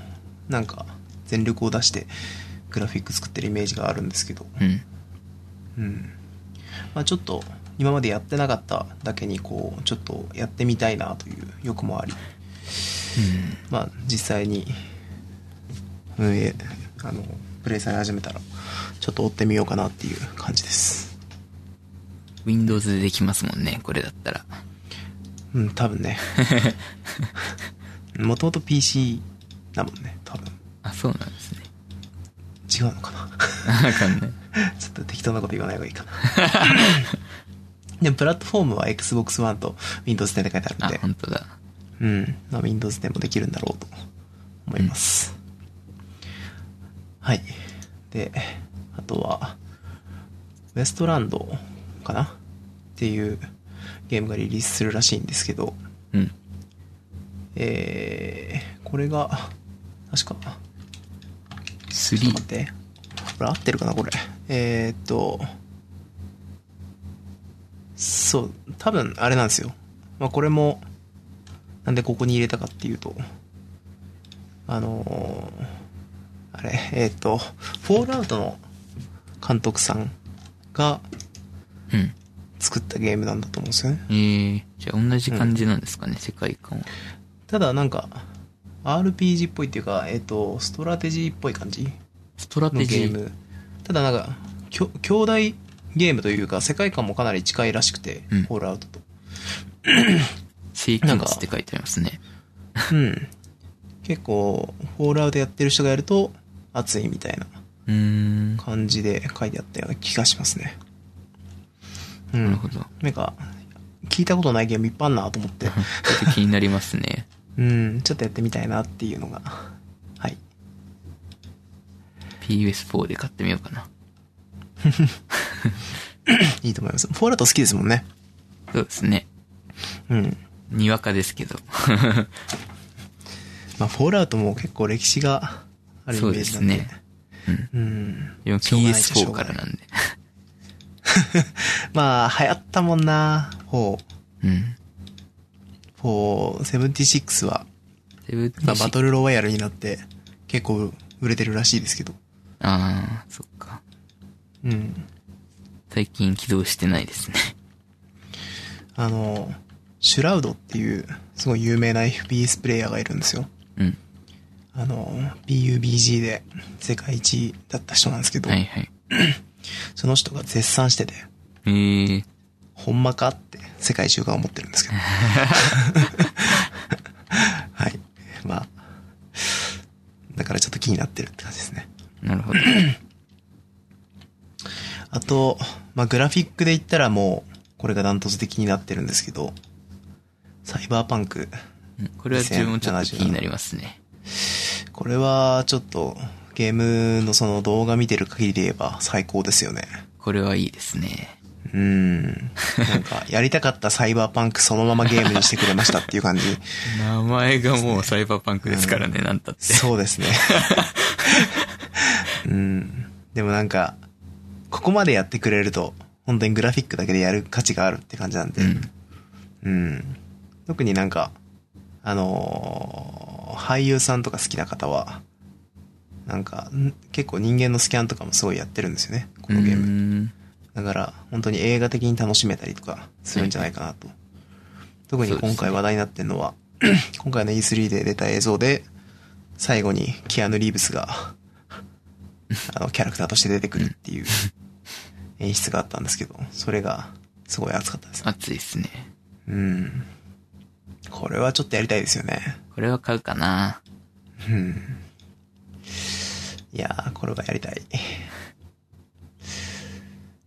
[SPEAKER 1] なんか全力を出してグラフィック作ってるイメージがあるんですけど、
[SPEAKER 2] うん。
[SPEAKER 1] うんまあ、ちょっと今までやってなかっただけにこうちょっとやってみたいなという欲もあり、まあ、実際に運営あのプレイされ始めたらちょっと追ってみようかなっていう感じです、
[SPEAKER 2] Windows でできますもんね、これだったら。
[SPEAKER 1] うん、多分ねもともと PC だもんね多分
[SPEAKER 2] あ、そうなんですね。
[SPEAKER 1] 違うのかな
[SPEAKER 2] わかんない。
[SPEAKER 1] ちょっと適当なこと言わない方がいいかな。でも、プラットフォームは Xbox One と Windows 10って書いてある
[SPEAKER 2] あ
[SPEAKER 1] んで、、
[SPEAKER 2] 本当だ。
[SPEAKER 1] うん。まあ、Windows 10もできるんだろうと思います。はい。で、あとは、ウエストランドかなっていうゲームがリリースするらしいんですけど、
[SPEAKER 2] うん。
[SPEAKER 1] えー、これが、確か、ちょっと待っ
[SPEAKER 2] 3。
[SPEAKER 1] て。これ合ってるかなこれ。えー、っと、そう、多分あれなんですよ。まあこれも、なんでここに入れたかっていうと、あのーあれ、えー、っと、フォールアウトの監督さんが
[SPEAKER 2] うん。
[SPEAKER 1] 作ったゲームなんだと思うんですよね。
[SPEAKER 2] えー、じゃあ同じ感じなんですかね、世界観は。
[SPEAKER 1] ただなんか、RPG っぽいっていうか、えーっと、ストラテジーっぽい感じ
[SPEAKER 2] ストラ
[SPEAKER 1] の
[SPEAKER 2] テジ
[SPEAKER 1] ゲ
[SPEAKER 2] ー。
[SPEAKER 1] ーム。ただなんか、きょ兄弟ゲームというか、世界観もかなり近いらしくて、
[SPEAKER 2] うん
[SPEAKER 1] ホールアウトと。
[SPEAKER 2] 聖剣スって書いてありますね。
[SPEAKER 1] うん。結構、ホールアウトやってる人がやると、熱いみたいな
[SPEAKER 2] うーん。な
[SPEAKER 1] 感じで書いてあったような気がしますね。う
[SPEAKER 2] る
[SPEAKER 1] ん
[SPEAKER 2] ほ。ど。
[SPEAKER 1] なんか、聞いたことないゲームいっぱいあんなと思って、
[SPEAKER 2] ちょっと気になりますね。
[SPEAKER 1] うん、ちょっとやってみたいなっていうのが、はい。
[SPEAKER 2] PUS4 で買ってみようかな。
[SPEAKER 1] いいと思います。フォールアウト好きですもんね。
[SPEAKER 2] そうですね。
[SPEAKER 1] うん。
[SPEAKER 2] にわかですけど。
[SPEAKER 1] まあ、フォールアウトも結構歴史があるイメージなんで。
[SPEAKER 2] そうですね
[SPEAKER 1] うん。
[SPEAKER 2] でも
[SPEAKER 1] しょうがないしょ
[SPEAKER 2] PS4
[SPEAKER 1] うが
[SPEAKER 2] か
[SPEAKER 1] ない
[SPEAKER 2] らなんで。
[SPEAKER 1] まあ、流行ったもんな。4、
[SPEAKER 2] うん。
[SPEAKER 1] 4、76は、
[SPEAKER 2] セブンティ
[SPEAKER 1] まあ、
[SPEAKER 2] シ
[SPEAKER 1] バ
[SPEAKER 2] ック
[SPEAKER 1] トルロワイヤルになって、結構売れてるらしいですけど。
[SPEAKER 2] ああ、そっか。
[SPEAKER 1] うん。
[SPEAKER 2] 最近起動してないですね。
[SPEAKER 1] あの、シュラウドっていう、すごい有名な FPS プレイヤーがいるんですよ。
[SPEAKER 2] うん。
[SPEAKER 1] あの、PUBG で世界一だった人なんですけど、
[SPEAKER 2] はいはい。
[SPEAKER 1] その人が絶賛してて、
[SPEAKER 2] えー、
[SPEAKER 1] ほんまかって世界中が思ってるんですけど。はい。まあ、だからちょっと気になってるって感じですね。
[SPEAKER 2] なるほど。
[SPEAKER 1] あと、まあ、グラフィックで言ったらもう、これがダントツで気になってるんですけど、サイバーパンク。
[SPEAKER 2] うんこれは自分もちょっと気になりますね。
[SPEAKER 1] これは、ちょっと、ゲームのその動画見てる限りで言えば最高ですよね。
[SPEAKER 2] これはいいですね。
[SPEAKER 1] うん。うん。なん か、やりたかったサイバーパンクそのままゲームにしてくれましたっていう感じ。
[SPEAKER 2] 名前がもうサイバーパンクですからね、なんたって。
[SPEAKER 1] そうです ね。うん。でもなんか、ここまでやってくれると、本当にグラフィックだけでやる価値があるって感じなんで。
[SPEAKER 2] うん。
[SPEAKER 1] うん。特になんか、あのー俳優さんとか好きな方は、なんか、ん結構人間のスキャンとかもすごいやってるんですよね、このゲーム。
[SPEAKER 2] ム。
[SPEAKER 1] だから、本当に映画的に楽しめたりとかするんじゃないかなと。特に
[SPEAKER 2] そう
[SPEAKER 1] 今
[SPEAKER 2] ですね
[SPEAKER 1] 回話題になってるのは、 今回の E3 で出た映像で、最後にキアヌ・リーブス が、あの、キャラクターとして出てくるっていう演出があったんですけど、それがすごい熱かったですね
[SPEAKER 2] 熱いですね。
[SPEAKER 1] うん。これはちょっとやりたいですよね。
[SPEAKER 2] これは買うかな。
[SPEAKER 1] うん。いやー、これはやりたい。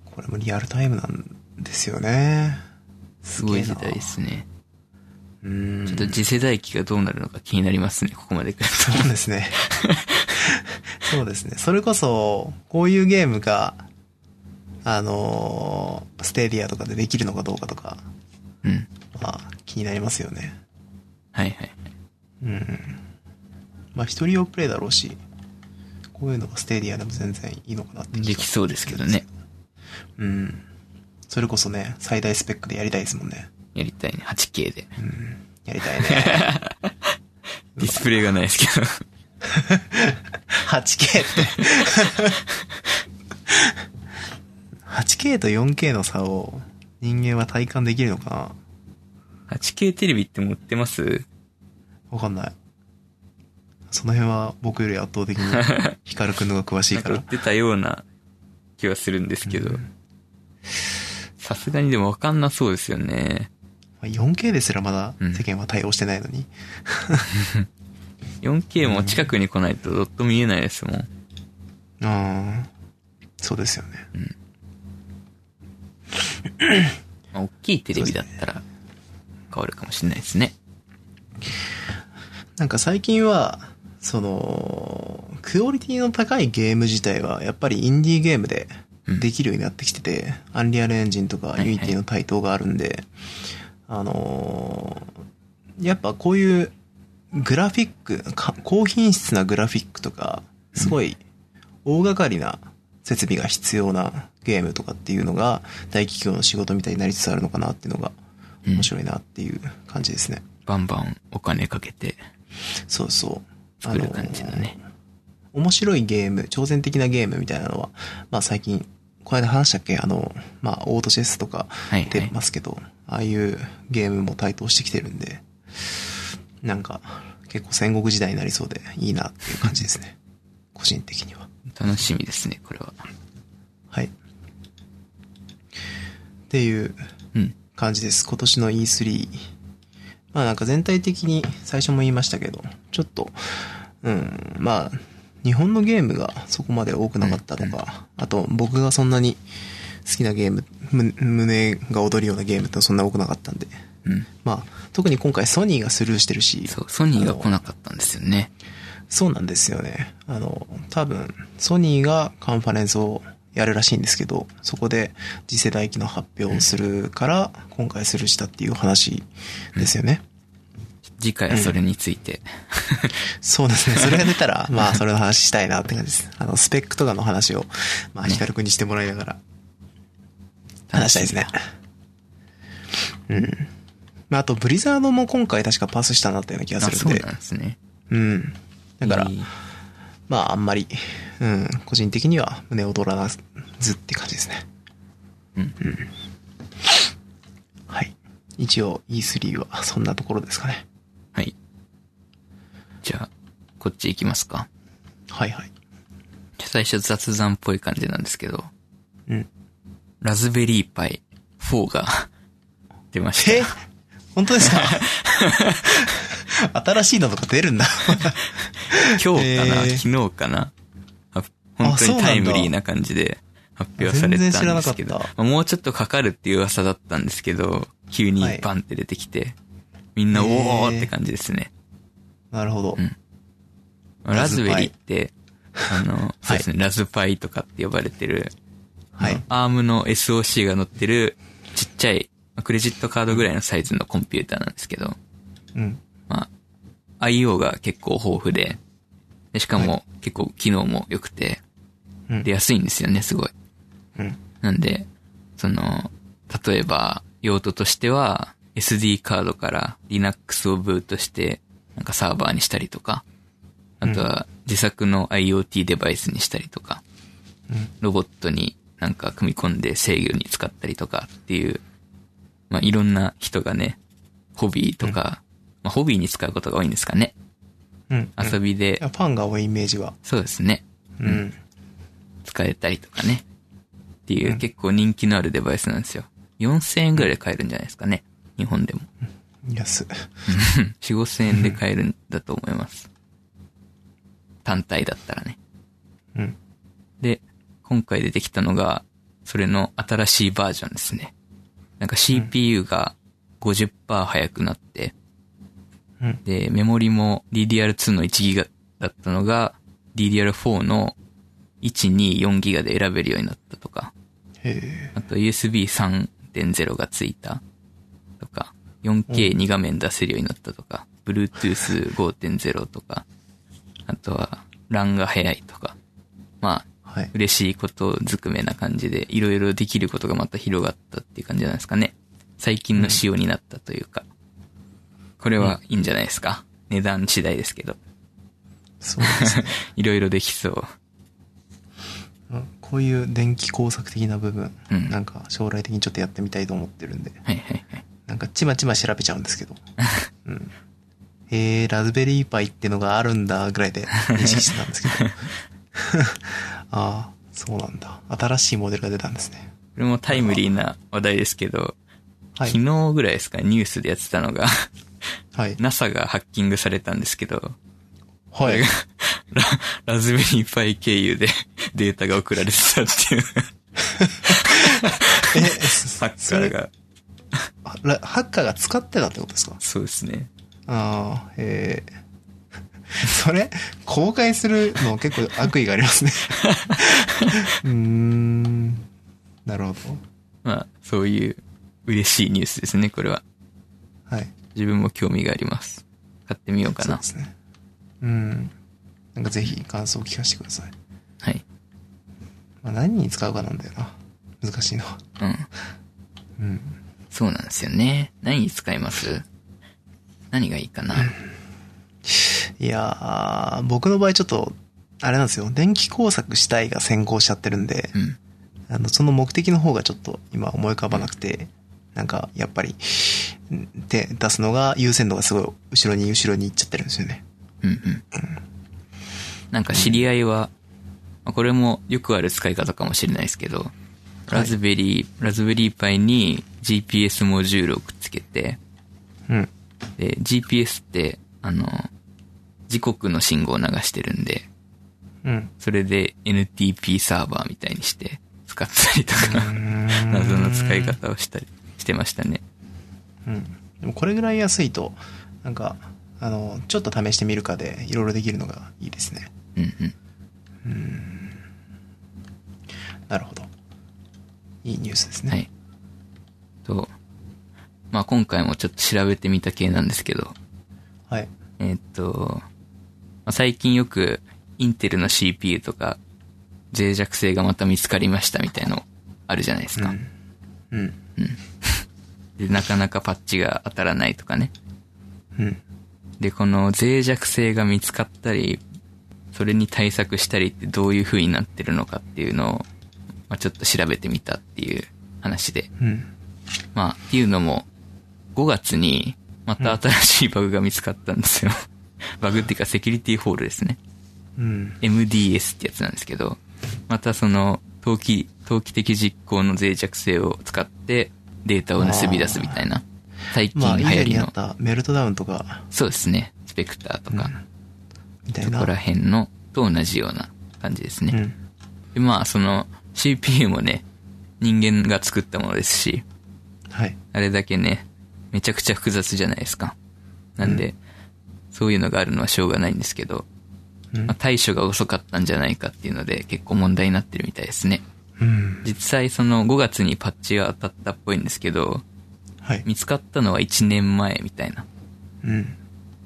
[SPEAKER 1] これもリアルタイムなんですよね。
[SPEAKER 2] すごい
[SPEAKER 1] げえ
[SPEAKER 2] 時
[SPEAKER 1] な
[SPEAKER 2] 代ですね。
[SPEAKER 1] うん。
[SPEAKER 2] ちょっと次世代機がどうなるのか気になりますね、ここまで来る
[SPEAKER 1] そうです ね。そうですね。それこそ、こういうゲームが、あのーステディアとかでできるのかどうかとか、
[SPEAKER 2] と。うん。
[SPEAKER 1] まあ、気になりますよね。
[SPEAKER 2] はいはい。
[SPEAKER 1] うん。まあ、一人用プレイだろうし、こういうのがステディアでも全然いいのかなって気が
[SPEAKER 2] できそうですけどね。
[SPEAKER 1] うん。それこそね、最大スペックでやりたいですもんね。
[SPEAKER 2] やりたいね。8K で。
[SPEAKER 1] うん。やりたい ね。
[SPEAKER 2] ディスプレイがないですけど。
[SPEAKER 1] 8K って。8K と 4K の差を人間は体感できるのか
[SPEAKER 2] 8K テレビって持ってます
[SPEAKER 1] なわかんない。その辺は僕より圧倒的 にヒカルくんの方が詳しい
[SPEAKER 2] なん
[SPEAKER 1] か
[SPEAKER 2] か売
[SPEAKER 1] ら。
[SPEAKER 2] ってたような気はするんですけど
[SPEAKER 1] うん。
[SPEAKER 2] さすがにでもわかんなそうですよね。
[SPEAKER 1] まあ 4K ですらまだ
[SPEAKER 2] うん
[SPEAKER 1] 世間は対応してないのに。
[SPEAKER 2] 4K も近くに来ないとどっと見えないですもん。
[SPEAKER 1] うん。そうですよね。
[SPEAKER 2] まあ、大きいテレビだったら変わるかもしれないですね。
[SPEAKER 1] なんか最近は、その、クオリティの高いゲーム自体は、やっぱりインディーゲームで
[SPEAKER 2] うん
[SPEAKER 1] できるようになってきてて、アンリアルエンジンとか
[SPEAKER 2] いはい
[SPEAKER 1] ユニティの台頭があるんで、あのーやっぱこういうグラフィック、か高品質なグラフィックとか、すごい大掛かりな設備が必要なゲームとかっていうのが、大企業の仕事みたいになりつつあるのかなっていうのが、
[SPEAKER 2] うん
[SPEAKER 1] 面白いなっていう感じですね。
[SPEAKER 2] バンバンお金かけて
[SPEAKER 1] そうそう。
[SPEAKER 2] 作る感じのね。
[SPEAKER 1] 面白いゲーム、挑戦的なゲームみたいなのは、まあ最近、この間話したっけあの、まあオートチェスとか
[SPEAKER 2] はいはい
[SPEAKER 1] 出ますけど、ああいうゲームも台頭してきてるんで、なんか結構戦国時代になりそうでいいなっていう感じですね。個人的には。
[SPEAKER 2] 楽しみですね、これは。
[SPEAKER 1] はい。っていう
[SPEAKER 2] うん。
[SPEAKER 1] 感じです。今年の E3。まあなんか全体的に最初も言いましたけど、ちょっと、うん、まあ、日本のゲームがそこまで多くなかったとか、あと僕がそんなに好きなゲーム、む胸が踊るようなゲームってそんな多くなかったんで、
[SPEAKER 2] うん。
[SPEAKER 1] まあ特に今回ソニーがスルーしてるし、
[SPEAKER 2] そう、ソニーが来なかったんですよね。
[SPEAKER 1] そうなんですよね。あの、多分、ソニーがカンファレンスをやるらしいんですけど、そこで次世代機の発表をするから、今回するしたっていう話ですよね。
[SPEAKER 2] 次回はそれについて。
[SPEAKER 1] そうですね。それが出た ら、まあ、それの話したいなって感じです。あの、スペックとかの話を、まあ、ヒカルくんにしてもらいながら、話したいですね。うん。まあ、あと、ブリザードも今回確かパスしたなったような気が
[SPEAKER 2] あ、
[SPEAKER 1] す
[SPEAKER 2] そ
[SPEAKER 1] る
[SPEAKER 2] うん
[SPEAKER 1] で。
[SPEAKER 2] なんですね。
[SPEAKER 1] うん。だから
[SPEAKER 2] い、い
[SPEAKER 1] まああんまり、うん、個人的には胸躍らずって感じですね。
[SPEAKER 2] うん
[SPEAKER 1] はい。一応 E3 はそんなところですかね。
[SPEAKER 2] はい。じゃあ、こっち行きますか。
[SPEAKER 1] はいはい。
[SPEAKER 2] じゃあ最初雑談っぽい感じなんですけど、
[SPEAKER 1] うん。
[SPEAKER 2] ラズベリーパイ4が 出ました。
[SPEAKER 1] え本当ですか 新しいのとか出るんだ。
[SPEAKER 2] 今日かな、
[SPEAKER 1] えー
[SPEAKER 2] 昨日かなあ本当にタイムリーな感じで発表されてたんですけ
[SPEAKER 1] あ全然知らな
[SPEAKER 2] ど
[SPEAKER 1] かっ、
[SPEAKER 2] まあもうちょっとかかるっていう噂だったんですけど、急に
[SPEAKER 1] はい
[SPEAKER 2] バンって出てきて、みんなおーって感じですね。
[SPEAKER 1] なるほど。
[SPEAKER 2] うん
[SPEAKER 1] ラ
[SPEAKER 2] ラ
[SPEAKER 1] ズ
[SPEAKER 2] ズ
[SPEAKER 1] パイ
[SPEAKER 2] ベリーって、あの、そうですね、ラズパイとかって呼ばれてる、
[SPEAKER 1] はい。
[SPEAKER 2] アームの SOC が乗ってる、ちっちゃい、まあクレジットカードぐらいのサイズのコンピューターなんですけど、
[SPEAKER 1] うん。
[SPEAKER 2] まあ、IO が結構豊富で、でしかも結構機能も良くて、
[SPEAKER 1] うん
[SPEAKER 2] で、安いんですよね、すごい。
[SPEAKER 1] うん。
[SPEAKER 2] なんで、その、例えば、用途としては、SD カードから Linux をブートして、なんかサーバーにしたりとか、あとは自作の IoT デバイスにしたりとか、
[SPEAKER 1] うん
[SPEAKER 2] ロボットになんか組み込んで制御に使ったりとかっていう、まあ、いろんな人がね、ホビーとか、まあ、ホビーに使うことが多いんですかね。
[SPEAKER 1] うん。うん
[SPEAKER 2] 遊び
[SPEAKER 1] い
[SPEAKER 2] で、
[SPEAKER 1] やファンが多いイメージは。
[SPEAKER 2] そうですね。
[SPEAKER 1] うん。
[SPEAKER 2] うん使えたりとかね。っていううん結構人気のあるデバイスなんですよ。4000円ぐらいで買えるんじゃないですかね。日本でも。
[SPEAKER 1] 安い。
[SPEAKER 2] 4、5000円で買えるんだと思います。単体だったらね。
[SPEAKER 1] うん。
[SPEAKER 2] で、今回出てきたのが、それの新しいバージョンですね。なんか CPU が50%速くなって、
[SPEAKER 1] うん
[SPEAKER 2] で、メモリも DDR2 の 1GB だったのが、DDR4 の 124GB で選べるようになったとか、
[SPEAKER 1] へえ。
[SPEAKER 2] あと USB3.0 がついたとか、4K2 画面出せるようになったとか、Bluetooth5.0 とか、あとは LAN が早いとか、まあ、
[SPEAKER 1] はい。
[SPEAKER 2] 嬉しいことずくめな感じで、いろいろできることがまた広がったっていう感じじゃないですかね。最近の仕様になったというか。これはいいんじゃないですか。値段次第ですけど。
[SPEAKER 1] そう ですね。
[SPEAKER 2] いろいろできそう。
[SPEAKER 1] うんこういう電気工作的な部分、
[SPEAKER 2] うん
[SPEAKER 1] なんか将来的にちょっとやってみたいと思ってるんで、
[SPEAKER 2] はいはいはい。
[SPEAKER 1] なんかちまちま調べちゃうんですけど。うん。へえ、ラズベリーパイってのがあるんだ、ぐらいで認識してたんですけど。 ああ、そうなんだ。新しいモデルが出たんですね。
[SPEAKER 2] これもタイムリーな話題ですけど、
[SPEAKER 1] はい
[SPEAKER 2] 昨。日ぐらいですか、ニュースでやってたのが、
[SPEAKER 1] はい。
[SPEAKER 2] NASA がハッキングされたんですけど、
[SPEAKER 1] はい。
[SPEAKER 2] ララズベリーパイ経由で データが送られてたって いう、
[SPEAKER 1] え、
[SPEAKER 2] ハ
[SPEAKER 1] ハ
[SPEAKER 2] ッカーが。
[SPEAKER 1] ハッカーが使ってたってことですか
[SPEAKER 2] そうですね。
[SPEAKER 1] ああ、えー それ、公開するの結構悪意があります ね。うーん。なるほ
[SPEAKER 2] まあ、そういう嬉しいニュースですね、これは。
[SPEAKER 1] ど。はい。
[SPEAKER 2] 自分も興味があります。買ってみようか
[SPEAKER 1] そう
[SPEAKER 2] な
[SPEAKER 1] で。すね。うん。なんかぜひ感想を聞かせてください。
[SPEAKER 2] はい。
[SPEAKER 1] まあ、何に使うかなんだよな。難しいのは。
[SPEAKER 2] うん。
[SPEAKER 1] うん。
[SPEAKER 2] そうなんですよね。何に使います何がいいかな。
[SPEAKER 1] いやー、僕の場合ちょっと、あれなんですよ。電気工作したいが先行しちゃってるんで、
[SPEAKER 2] うん。
[SPEAKER 1] あの、その目的の方がちょっと今思い浮かばなくて、なんか、やっぱり、うん手出すのが優先度がすごい後ろに後ろに行っちゃってるんですよね。
[SPEAKER 2] うんうん。なんか知り合いは、まあこれもよくある使い方かもしれないですけど、ラズベリー、ラズベリーパイに GPS モジュールをくっつけて、
[SPEAKER 1] うん。
[SPEAKER 2] で、GPS って、あの、時刻の信号を流してるんで、
[SPEAKER 1] うん。
[SPEAKER 2] それで NTP サーバーみたいにして使ったりとか、謎の使い方をしたりしてましたね。
[SPEAKER 1] うん。でもこれぐらい安いと、なんか、あの、ちょっと試してみるかで、いろいろできるのがいいですね。
[SPEAKER 2] うんうん。
[SPEAKER 1] なるほど。いいニュースですね。
[SPEAKER 2] はい。と、まあ今回もちょっと調べてみた系なんですけど、
[SPEAKER 1] はい。
[SPEAKER 2] えーっと、まあ最近よくインテルの CPU とか脆弱性がまた見つかりましたみたいのあるじゃないですか。
[SPEAKER 1] うん。うん。
[SPEAKER 2] で、なかなかパッチが当たらないとかね。
[SPEAKER 1] うん。
[SPEAKER 2] で、この脆弱性が見つかったり、それに対策したりってどういう風になってるのかっていうのを、まあ、ちょっと調べてみたっていう話で。
[SPEAKER 1] うん。
[SPEAKER 2] まあ、っていうのも、5月にまた新しいバグが見つかったんですよ。バグっていうかセキュリティホールですね。
[SPEAKER 1] うん。
[SPEAKER 2] MDS ってやつなんですけど、またその、投機、投機的実行の脆弱性を使ってデータを盗み出すみたいな。最近
[SPEAKER 1] まあ、以
[SPEAKER 2] 流行
[SPEAKER 1] 前
[SPEAKER 2] り
[SPEAKER 1] にあ
[SPEAKER 2] の
[SPEAKER 1] っ、たメルトダウンとか、
[SPEAKER 2] そうですね。スペクターとか。
[SPEAKER 1] みたい
[SPEAKER 2] そ
[SPEAKER 1] な。
[SPEAKER 2] こら辺のと同じような感じです
[SPEAKER 1] う
[SPEAKER 2] ね。
[SPEAKER 1] ん。
[SPEAKER 2] でまあ、その CPU もね、人間が作ったものですし、
[SPEAKER 1] はい。
[SPEAKER 2] あれだけね、めちゃくちゃ複雑じゃないですか。なんで、そういうのがあるのはしょうがないんですけど、
[SPEAKER 1] うん
[SPEAKER 2] まあ、対処が遅かったんじゃないかっていうので結構問題になってるみたいですね。
[SPEAKER 1] うん。
[SPEAKER 2] 実際その5月にパッチが当たったっぽいんですけど、
[SPEAKER 1] はい。
[SPEAKER 2] 見つかったのは1年前みたいな
[SPEAKER 1] うん。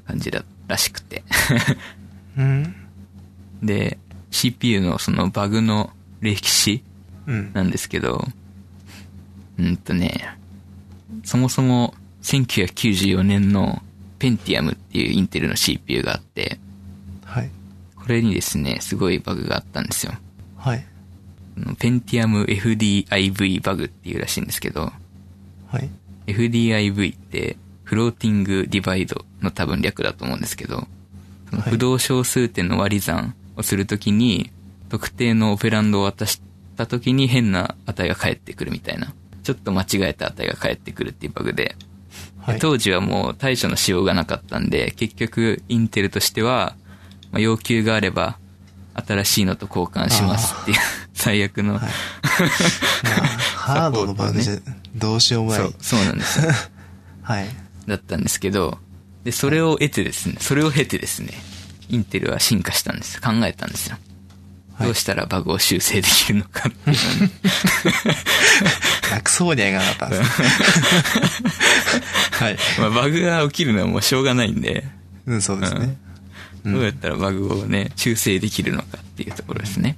[SPEAKER 2] 感じだらしくて。
[SPEAKER 1] うん。
[SPEAKER 2] で、CPU のそのバグの歴史
[SPEAKER 1] うん。
[SPEAKER 2] なんですけど、うんとね、そもそも1994年の Pentium っていうインテルの CPU があって、
[SPEAKER 1] はい。
[SPEAKER 2] これにですね、すごいバグがあったんですよ。
[SPEAKER 1] はい。
[SPEAKER 2] あの Pentium FDIV バグっていうらしいんですけど、
[SPEAKER 1] はい。
[SPEAKER 2] FDIV ってフローティングディバイドの多分略だと思うんですけど、その
[SPEAKER 1] はい
[SPEAKER 2] 不動小数点の割り算をするときに、特定のオペランドを渡したときに変な値が返ってくるみたいな。ちょっと間違えた値が返ってくるっていうバグで、
[SPEAKER 1] はい。
[SPEAKER 2] 当時はもう対処のしようがなかったんで、結局インテルとしては、まあ要求があれば、新しいのと交換しますっていう、 最悪の、
[SPEAKER 1] はい まあ、ハードのバグじゃ、どうしようもな
[SPEAKER 2] そ。、
[SPEAKER 1] いう
[SPEAKER 2] そうなんですよ
[SPEAKER 1] はい。
[SPEAKER 2] だったんですけど、で、それを得てですね、それを経てですね、インテルは進化したんです。考えたんですよ。
[SPEAKER 1] はい
[SPEAKER 2] どうしたらバグを修正できるのかっていう のに
[SPEAKER 1] 楽そうにはいかなかったんですね。はい。
[SPEAKER 2] まあ、バグが起きるのはもうしょうがないんで、
[SPEAKER 1] うん、そうですね。うん
[SPEAKER 2] どうやったらバグをね、修正できるのかっていうところですね。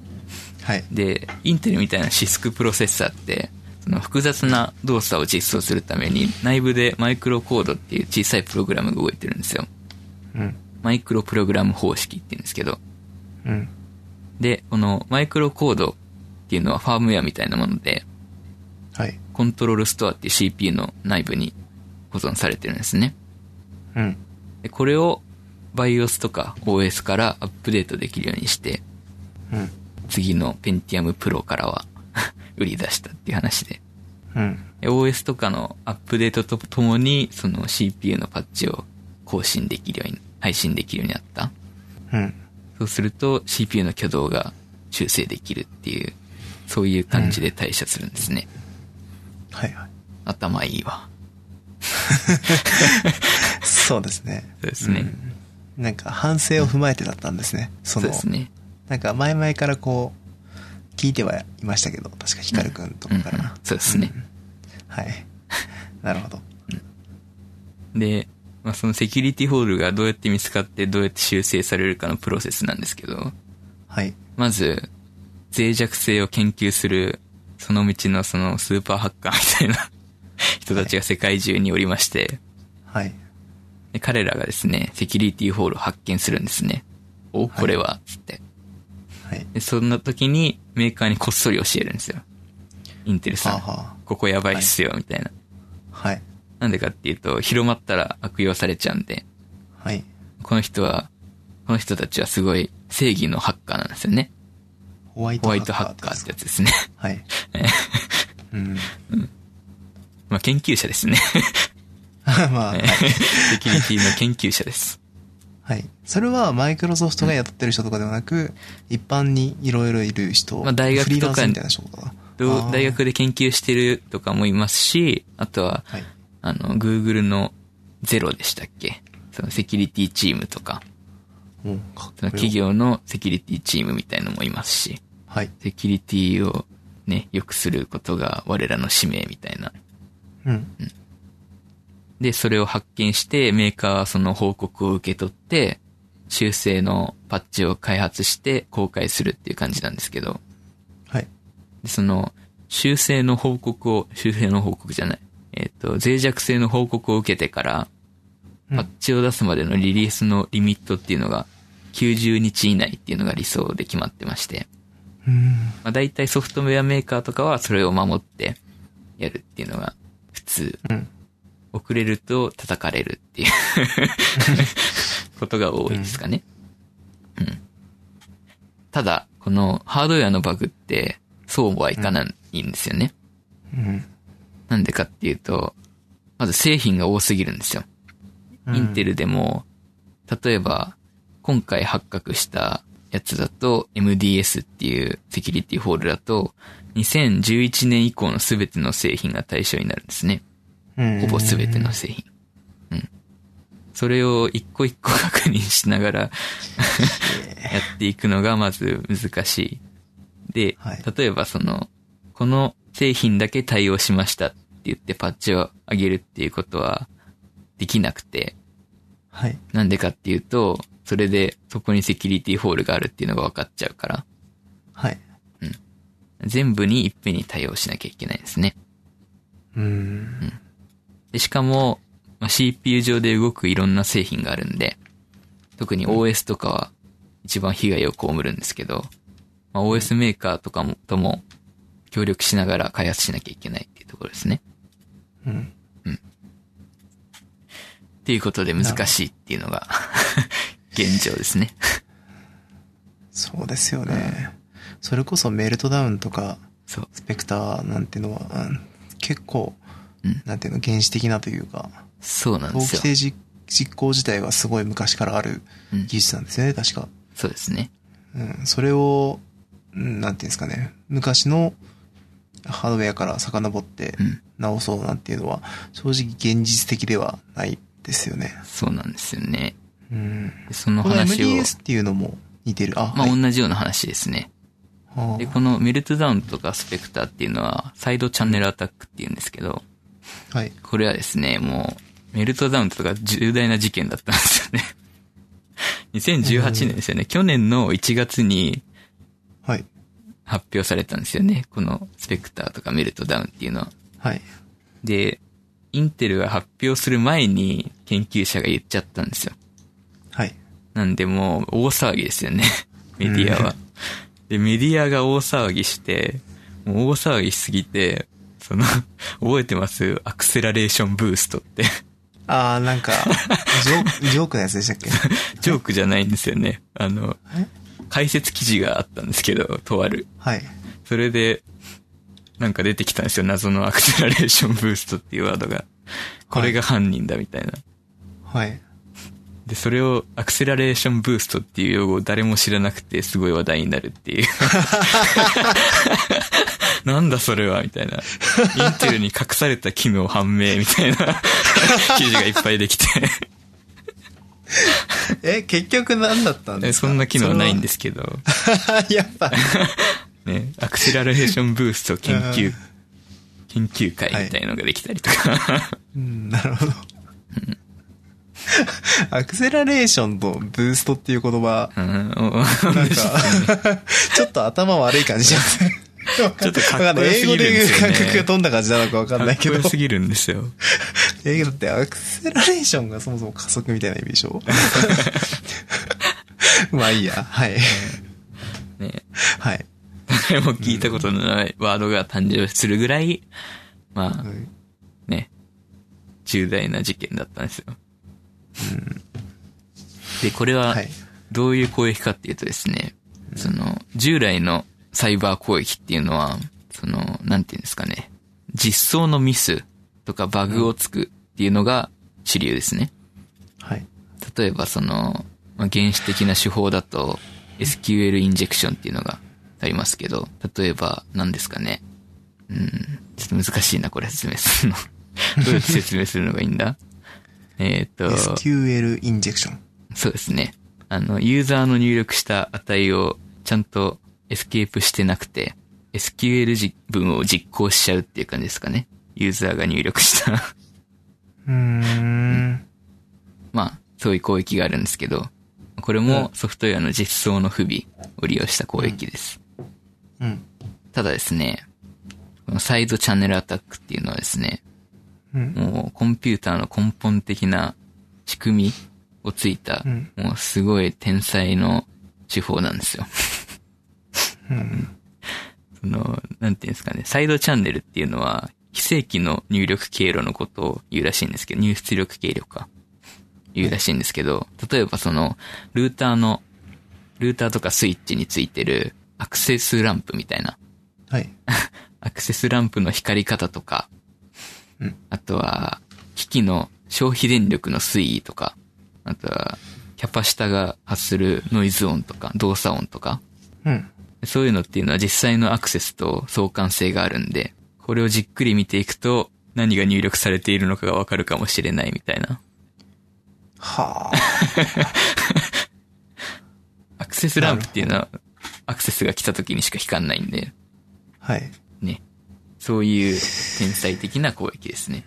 [SPEAKER 1] はい。
[SPEAKER 2] で、インテルみたいなシスクプロセッサーって、その複雑な動作を実装するために、内部でマイクロコードっていう小さいプログラムが動いてるんですよ。
[SPEAKER 1] うん。
[SPEAKER 2] マイクロプログラム方式って言うんですけど、
[SPEAKER 1] うん。
[SPEAKER 2] で、このマイクロコードっていうのはファームウェアみたいなもので、
[SPEAKER 1] はい。
[SPEAKER 2] コントロールストアっていう CPU の内部に保存されてるんですね。
[SPEAKER 1] うん。
[SPEAKER 2] でこれを BIOS とか OS からアップデートできるようにして、
[SPEAKER 1] うん。
[SPEAKER 2] 次の Pentium Pro からは 売り出したっていう話で。
[SPEAKER 1] うん。
[SPEAKER 2] で OS とかのアップデートとともに、その CPU のパッチを更新できるように、配信できるようになった。
[SPEAKER 1] うん。
[SPEAKER 2] そうすると CPU の挙動が修正できるっていう、そういう感じで対処するんですね。
[SPEAKER 1] はいはい。
[SPEAKER 2] 頭いいわ。
[SPEAKER 1] そうですね。
[SPEAKER 2] そうですね。
[SPEAKER 1] なんか反省を踏まえてだったんですね。そ
[SPEAKER 2] そう
[SPEAKER 1] の
[SPEAKER 2] で、すね。
[SPEAKER 1] なんか前々からこう、聞いてはいましたけど、確かヒカルくんと
[SPEAKER 2] うんう
[SPEAKER 1] か
[SPEAKER 2] ん
[SPEAKER 1] から。
[SPEAKER 2] そうですね。
[SPEAKER 1] はい。なるほど。
[SPEAKER 2] で、まあ、そのセキュリティホールがどうやって見つかってどうやって修正されるかのプロセスなんですけど、
[SPEAKER 1] はい。
[SPEAKER 2] まず、脆弱性を研究する、その道のそのスーパーハッカーみたいな 人たちが世界中におりまして、
[SPEAKER 1] はい。
[SPEAKER 2] で彼らがですね、セキュリティホールを発見するんですね。お、これは、つって。
[SPEAKER 1] はい。
[SPEAKER 2] で、そんな時にメーカーにこっそり教えるんですよ。インテルさ
[SPEAKER 1] はあ
[SPEAKER 2] ん、
[SPEAKER 1] は
[SPEAKER 2] ここやばいっすよ、みたいな。
[SPEAKER 1] あ。はい。
[SPEAKER 2] なんでかっていうと、広まったら悪用されちゃうんで、
[SPEAKER 1] はい。
[SPEAKER 2] この人は、この人たちはすごい正義のハッカーなんですよね。
[SPEAKER 1] ホワイ
[SPEAKER 2] ホ
[SPEAKER 1] ト
[SPEAKER 2] ワ
[SPEAKER 1] ハ
[SPEAKER 2] イ
[SPEAKER 1] ッ
[SPEAKER 2] ト
[SPEAKER 1] カ
[SPEAKER 2] ハ
[SPEAKER 1] ー
[SPEAKER 2] ッカーって
[SPEAKER 1] で
[SPEAKER 2] やつですね。
[SPEAKER 1] すかはい。うん。
[SPEAKER 2] まあ研究者ですね。
[SPEAKER 1] まあ、
[SPEAKER 2] セキュリティの研究者です。
[SPEAKER 1] はい。それはマイクロソフトが雇ってる人とかではなく、一般にいろいろいる人。
[SPEAKER 2] まあ大学とか
[SPEAKER 1] フリーランスみたいな人とか。
[SPEAKER 2] ど
[SPEAKER 1] あ
[SPEAKER 2] う
[SPEAKER 1] ー
[SPEAKER 2] 大学で研究してるとかもいますし、あとは、
[SPEAKER 1] はい。
[SPEAKER 2] あの、Google のゼロでしたっけそのセキュリティチームとか、
[SPEAKER 1] もう、かっこ
[SPEAKER 2] そ
[SPEAKER 1] よ
[SPEAKER 2] の企。業のセキュリティチームみたいのもいますし、
[SPEAKER 1] はい。
[SPEAKER 2] セキュリティをね、良くすることが我らの使命みたいな。
[SPEAKER 1] うん。
[SPEAKER 2] で、それを発見して、メーカーはその報告を受け取って、修正のパッチを開発して公開するっていう感じなんですけど、
[SPEAKER 1] はい。
[SPEAKER 2] でその、修正の報告を、修正の報告じゃない。えっ、と、脆弱性の報告を受けてから、
[SPEAKER 1] うん
[SPEAKER 2] パッチを出すまでのリリースのリミットっていうのが、90日以内っていうのが理想で決まってまして、
[SPEAKER 1] うん。
[SPEAKER 2] まあ、大体ソフトウェアメーカーとかはそれを守ってやるっていうのが普通。
[SPEAKER 1] うん。
[SPEAKER 2] 遅れると叩かれるっていうことが多いですかね。うん。ただ、このハードウェアのバグってそうはいかないんですよね。
[SPEAKER 1] うん。
[SPEAKER 2] なんでかっていうと、まず製品が多すぎるんですよ。インテ
[SPEAKER 1] ル。
[SPEAKER 2] ルでも、例えば、今回発覚したやつだと、MDS っていうセキュリティホールだと、2011年以降の全ての製品が対象になるんですね。ほぼ全ての製品。うん。それを一個一個確認しながらやっていくのがまず難しい。で
[SPEAKER 1] はい、
[SPEAKER 2] 例えばその、この製品だけ対応しましたって言ってパッチを上げるっていうことはできなくて、
[SPEAKER 1] はい。
[SPEAKER 2] なんでかっていうと、それでそこにセキュリティホールがあるっていうのが分かっちゃうから、
[SPEAKER 1] はい。
[SPEAKER 2] 全部にいっぺんに対応しなきゃいけないんですね。
[SPEAKER 1] うーん。
[SPEAKER 2] で、しかも、まあ CPU 上で動くいろんな製品があるんで、特に OS とかは一番被害を被るんですけど、まあ、OS メーカーとかも、とも協力しながら開発しなきゃいけないっていうところですね。
[SPEAKER 1] うん。
[SPEAKER 2] っていうことで難しいっていう のが、現状ですね。
[SPEAKER 1] そうですよね。それこそメルトダウンとか、
[SPEAKER 2] そう。
[SPEAKER 1] スペクターなんてのは、うん結構
[SPEAKER 2] うん、
[SPEAKER 1] なんていうの、原始的なというか、
[SPEAKER 2] そうなん
[SPEAKER 1] 法
[SPEAKER 2] です
[SPEAKER 1] 規制
[SPEAKER 2] よ。
[SPEAKER 1] 実実行自体がすごい昔からある
[SPEAKER 2] うん
[SPEAKER 1] 技術なんですよね、確か。
[SPEAKER 2] そうですね。
[SPEAKER 1] うん。それを、うんなんていうんですかね、昔のハードウェアから遡って
[SPEAKER 2] うん。
[SPEAKER 1] 直そうなんていうのは、正直現実的ではないですよね。
[SPEAKER 2] そうなんですよね。
[SPEAKER 1] うん。
[SPEAKER 2] でその
[SPEAKER 1] この
[SPEAKER 2] 話を、
[SPEAKER 1] MDS っていうのも似てる。あ、
[SPEAKER 2] まあ
[SPEAKER 1] はい
[SPEAKER 2] 同じような話ですね。
[SPEAKER 1] あ
[SPEAKER 2] で、このメルトダウンとかスペクターっていうのは、サイドチャンネルアタックっていうんですけど、
[SPEAKER 1] ーはい。
[SPEAKER 2] これはですね、もう、メルトダウンとか重大な事件だったんですよね。2018年ですよね。去年の1月に
[SPEAKER 1] はい。
[SPEAKER 2] 発表されたんですよね。このスペクターとかメルトダウンっていうのは。
[SPEAKER 1] はい。
[SPEAKER 2] で、インテルが発表する前に研究者が言っちゃったんですよ。
[SPEAKER 1] はい。
[SPEAKER 2] なんでもう大騒ぎですよね。 メディアは。で、メディアが大騒ぎして、もう大騒ぎしすぎて、その、覚えてますアクセラレーションブーストって。
[SPEAKER 1] ああ、なん か、ジョーク、ジョークのやつでしたっけ
[SPEAKER 2] ジョークじゃないんですよね。あの、
[SPEAKER 1] え
[SPEAKER 2] 解説記事があったんですけど、とある。
[SPEAKER 1] はい。
[SPEAKER 2] それで、なんか出てきたんですよ。謎のアクセラレーションブーストっていうワードが。これが犯人だみたいな。
[SPEAKER 1] はい。
[SPEAKER 2] で、それをアクセラレーションブーストっていう用語を誰も知らなくてすごい話題になるっていう。なんだそれはみたいな。インテルに隠された機能判明みたいな記事がいっぱいできて。
[SPEAKER 1] え、結局何だったん
[SPEAKER 2] え
[SPEAKER 1] ですか。
[SPEAKER 2] そんな機能はないんですすけど。
[SPEAKER 1] それはやっぱ。
[SPEAKER 2] ね、アクセラレーションブースト研究、研究会みたいのができたりとか。
[SPEAKER 1] うん、なるほど。アクセラレーションとブーストっていう言葉、
[SPEAKER 2] うんお
[SPEAKER 1] なんか、ちょっと頭悪い感じしますね。
[SPEAKER 2] ちょっとかっこよ
[SPEAKER 1] わんない
[SPEAKER 2] すぎるんですよ
[SPEAKER 1] 英語で言
[SPEAKER 2] ね
[SPEAKER 1] う感覚がどんな感じなのかわかんないけ
[SPEAKER 2] かっこ
[SPEAKER 1] ど
[SPEAKER 2] よ。すぎるんですよ。
[SPEAKER 1] 英語だってアクセラレーションがそもそも加速みたいな意味で しょまあいいや。はい。
[SPEAKER 2] ね、
[SPEAKER 1] はい。
[SPEAKER 2] 誰も聞いたことのないワードが誕生するぐらい、まあ
[SPEAKER 1] うん
[SPEAKER 2] ね、重大な事件だったんですよ。で、これは
[SPEAKER 1] はい。
[SPEAKER 2] どういう攻撃かっていうとですね、その、従来のサイバー攻撃っていうのは、その、なんていうんですかね、実装のミスとかバグをつくっていうのが主流ですね。
[SPEAKER 1] はい。
[SPEAKER 2] 例えばその、まあ原始的な手法だと SQL インジェクションっていうのがありますけど、例えば何ですかね。うん、ちょっと難しいな、これ説明するの。 どうやって説明するのがいいんだえーっと、
[SPEAKER 1] SQL インジェクション。
[SPEAKER 2] そうですね。あの、ユーザーの入力した値をちゃんとエスケープしてなくて、SQL じ文を実行しちゃうっていう感じですかね。ユーザーが入力した。
[SPEAKER 1] うーん。
[SPEAKER 2] まあ、そういう攻撃があるんですけど、これもソフトウェアの実装の不備を利用した攻撃です。
[SPEAKER 1] うん。
[SPEAKER 2] ただですね、このサイドチャンネルアタックっていうのはですね、
[SPEAKER 1] うん。
[SPEAKER 2] もうコンピューターの根本的な仕組みをついた、
[SPEAKER 1] うん
[SPEAKER 2] もうすごい天才の手法なんですよ。
[SPEAKER 1] うん。
[SPEAKER 2] その、なんていうんですかね、サイドチャンネルっていうのは、非正規の入力経路のことを言うらしいんですけど、入出力経路か。言うらしいんですけど、例えばその、ルーターの、ルーターとかスイッチについてるアクセスランプみたいな、
[SPEAKER 1] はい。
[SPEAKER 2] アクセスランプの光り方とか、
[SPEAKER 1] うん
[SPEAKER 2] あとは、機器の消費電力の推移とか、あとは、キャパシタが発するノイズ音とか、動作音とか、
[SPEAKER 1] うん。
[SPEAKER 2] そういうのっていうのは実際のアクセスと相関性があるんで、これをじっくり見ていくと何が入力されているのかがわかるかもしれないみたいな。
[SPEAKER 1] は
[SPEAKER 2] アクセスランプっていうのはアクセスが来た時にしか光んないんで、
[SPEAKER 1] あ。はい。
[SPEAKER 2] ね。そういう天才的な攻撃ですね。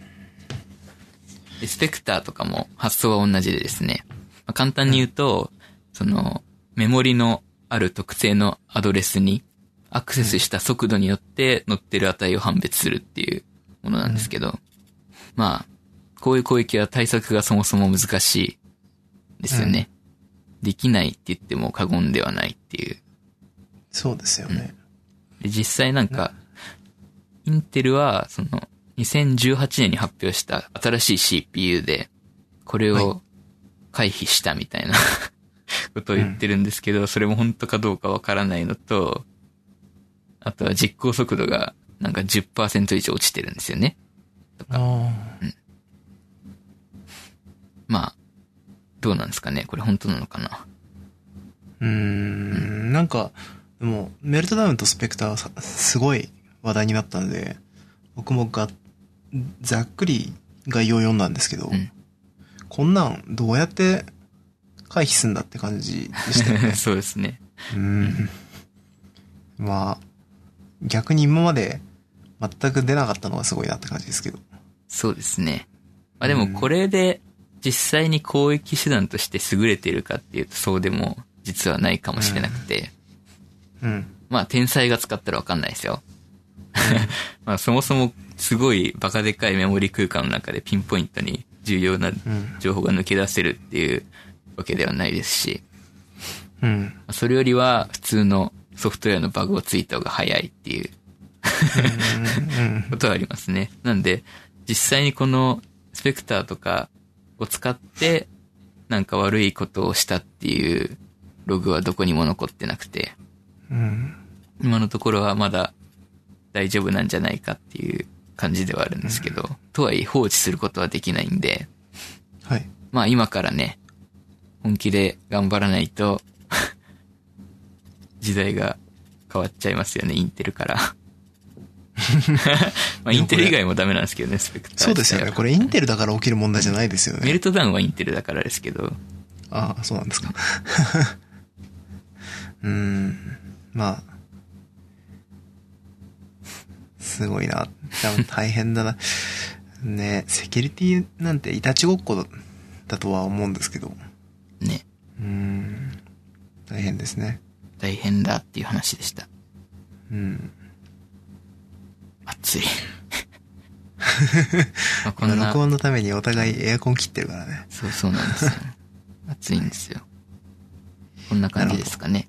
[SPEAKER 2] でスペクターとかも発想は同じでですね。まあ簡単に言うと、その、メモリのある特定のアドレスにアクセスした速度によって載ってる値を判別するっていうものなんですけど、まあ、こういう攻撃は対策がそもそも難しいですよね。できないって言っても過言ではないっていう。
[SPEAKER 1] そうですよね。
[SPEAKER 2] で実際なんか、インテルは、その、2018年に発表した新しい CPU で、これ
[SPEAKER 1] は
[SPEAKER 2] を回避したみたいな ことを言ってるんですけど、それも本当かどうかわからないのと、あとは実行速度がなんか10%以上落ちてるんですよね。
[SPEAKER 1] ああ。
[SPEAKER 2] まあ、どうなんですかねこれ本当なのかな
[SPEAKER 1] うーん、なんか、でも、メルトダウンとスペクターはさすごい話題になったので、僕もが、ざっくり概要を読んだんですけど、
[SPEAKER 2] うん
[SPEAKER 1] こんなんどうやって回避すんだって感じでした よね。
[SPEAKER 2] そうですね。
[SPEAKER 1] うん。まあ、逆に今まで全く出なかったのがすごいなって感じですけど。
[SPEAKER 2] そうですね。まあ
[SPEAKER 1] う
[SPEAKER 2] で
[SPEAKER 1] ん
[SPEAKER 2] もこれで実際に攻撃手段として優れてるかっていうとそうでも実はないかもしれなくて、
[SPEAKER 1] うん。
[SPEAKER 2] まあ天才が使ったらわかんないですよ。 まあそもそもすごいバカでかいメモリ空間の中でピンポイントに重要な
[SPEAKER 1] うん。
[SPEAKER 2] 情報が抜け出せるっていうわけではないですし、
[SPEAKER 1] うん。
[SPEAKER 2] まあそれよりは普通のソフトウェアのバグをついた方が早いっていう
[SPEAKER 1] うん
[SPEAKER 2] ことはありますね。なんで、実際にこのスペクターとかを使って、なんか悪いことをしたっていうログはどこにも残ってなくて、
[SPEAKER 1] うん。うん。
[SPEAKER 2] 今のところはまだ大丈夫なんじゃないかっていう感じではあるんですけど、とはいえ放置することはできないんで、
[SPEAKER 1] はい。
[SPEAKER 2] まあ今からね、本気で頑張らないと、 時代が変わっちゃいますよね、インテ ルから。まあインテル以外もダメなんですけどね、スペクター。
[SPEAKER 1] そうですよね。これインテルだから起きる問題じゃないですよ
[SPEAKER 2] メ
[SPEAKER 1] ね。
[SPEAKER 2] ルトダウンはインテルだからですけど、
[SPEAKER 1] ああ、そうなんですか。 うーん。まあ。すごいな。多分大変だな。ねセキュリティなんていたちごっこだだとは思うんですけど。
[SPEAKER 2] ね、
[SPEAKER 1] うーん。大変ですね。
[SPEAKER 2] 大変だっていう話でした。
[SPEAKER 1] うん。
[SPEAKER 2] 暑い。まあこん
[SPEAKER 1] 今
[SPEAKER 2] な
[SPEAKER 1] 録、音のためにお互いエアコン切ってるからね。
[SPEAKER 2] そうそうなんですよ。暑いんですよ。こんな感じですかね。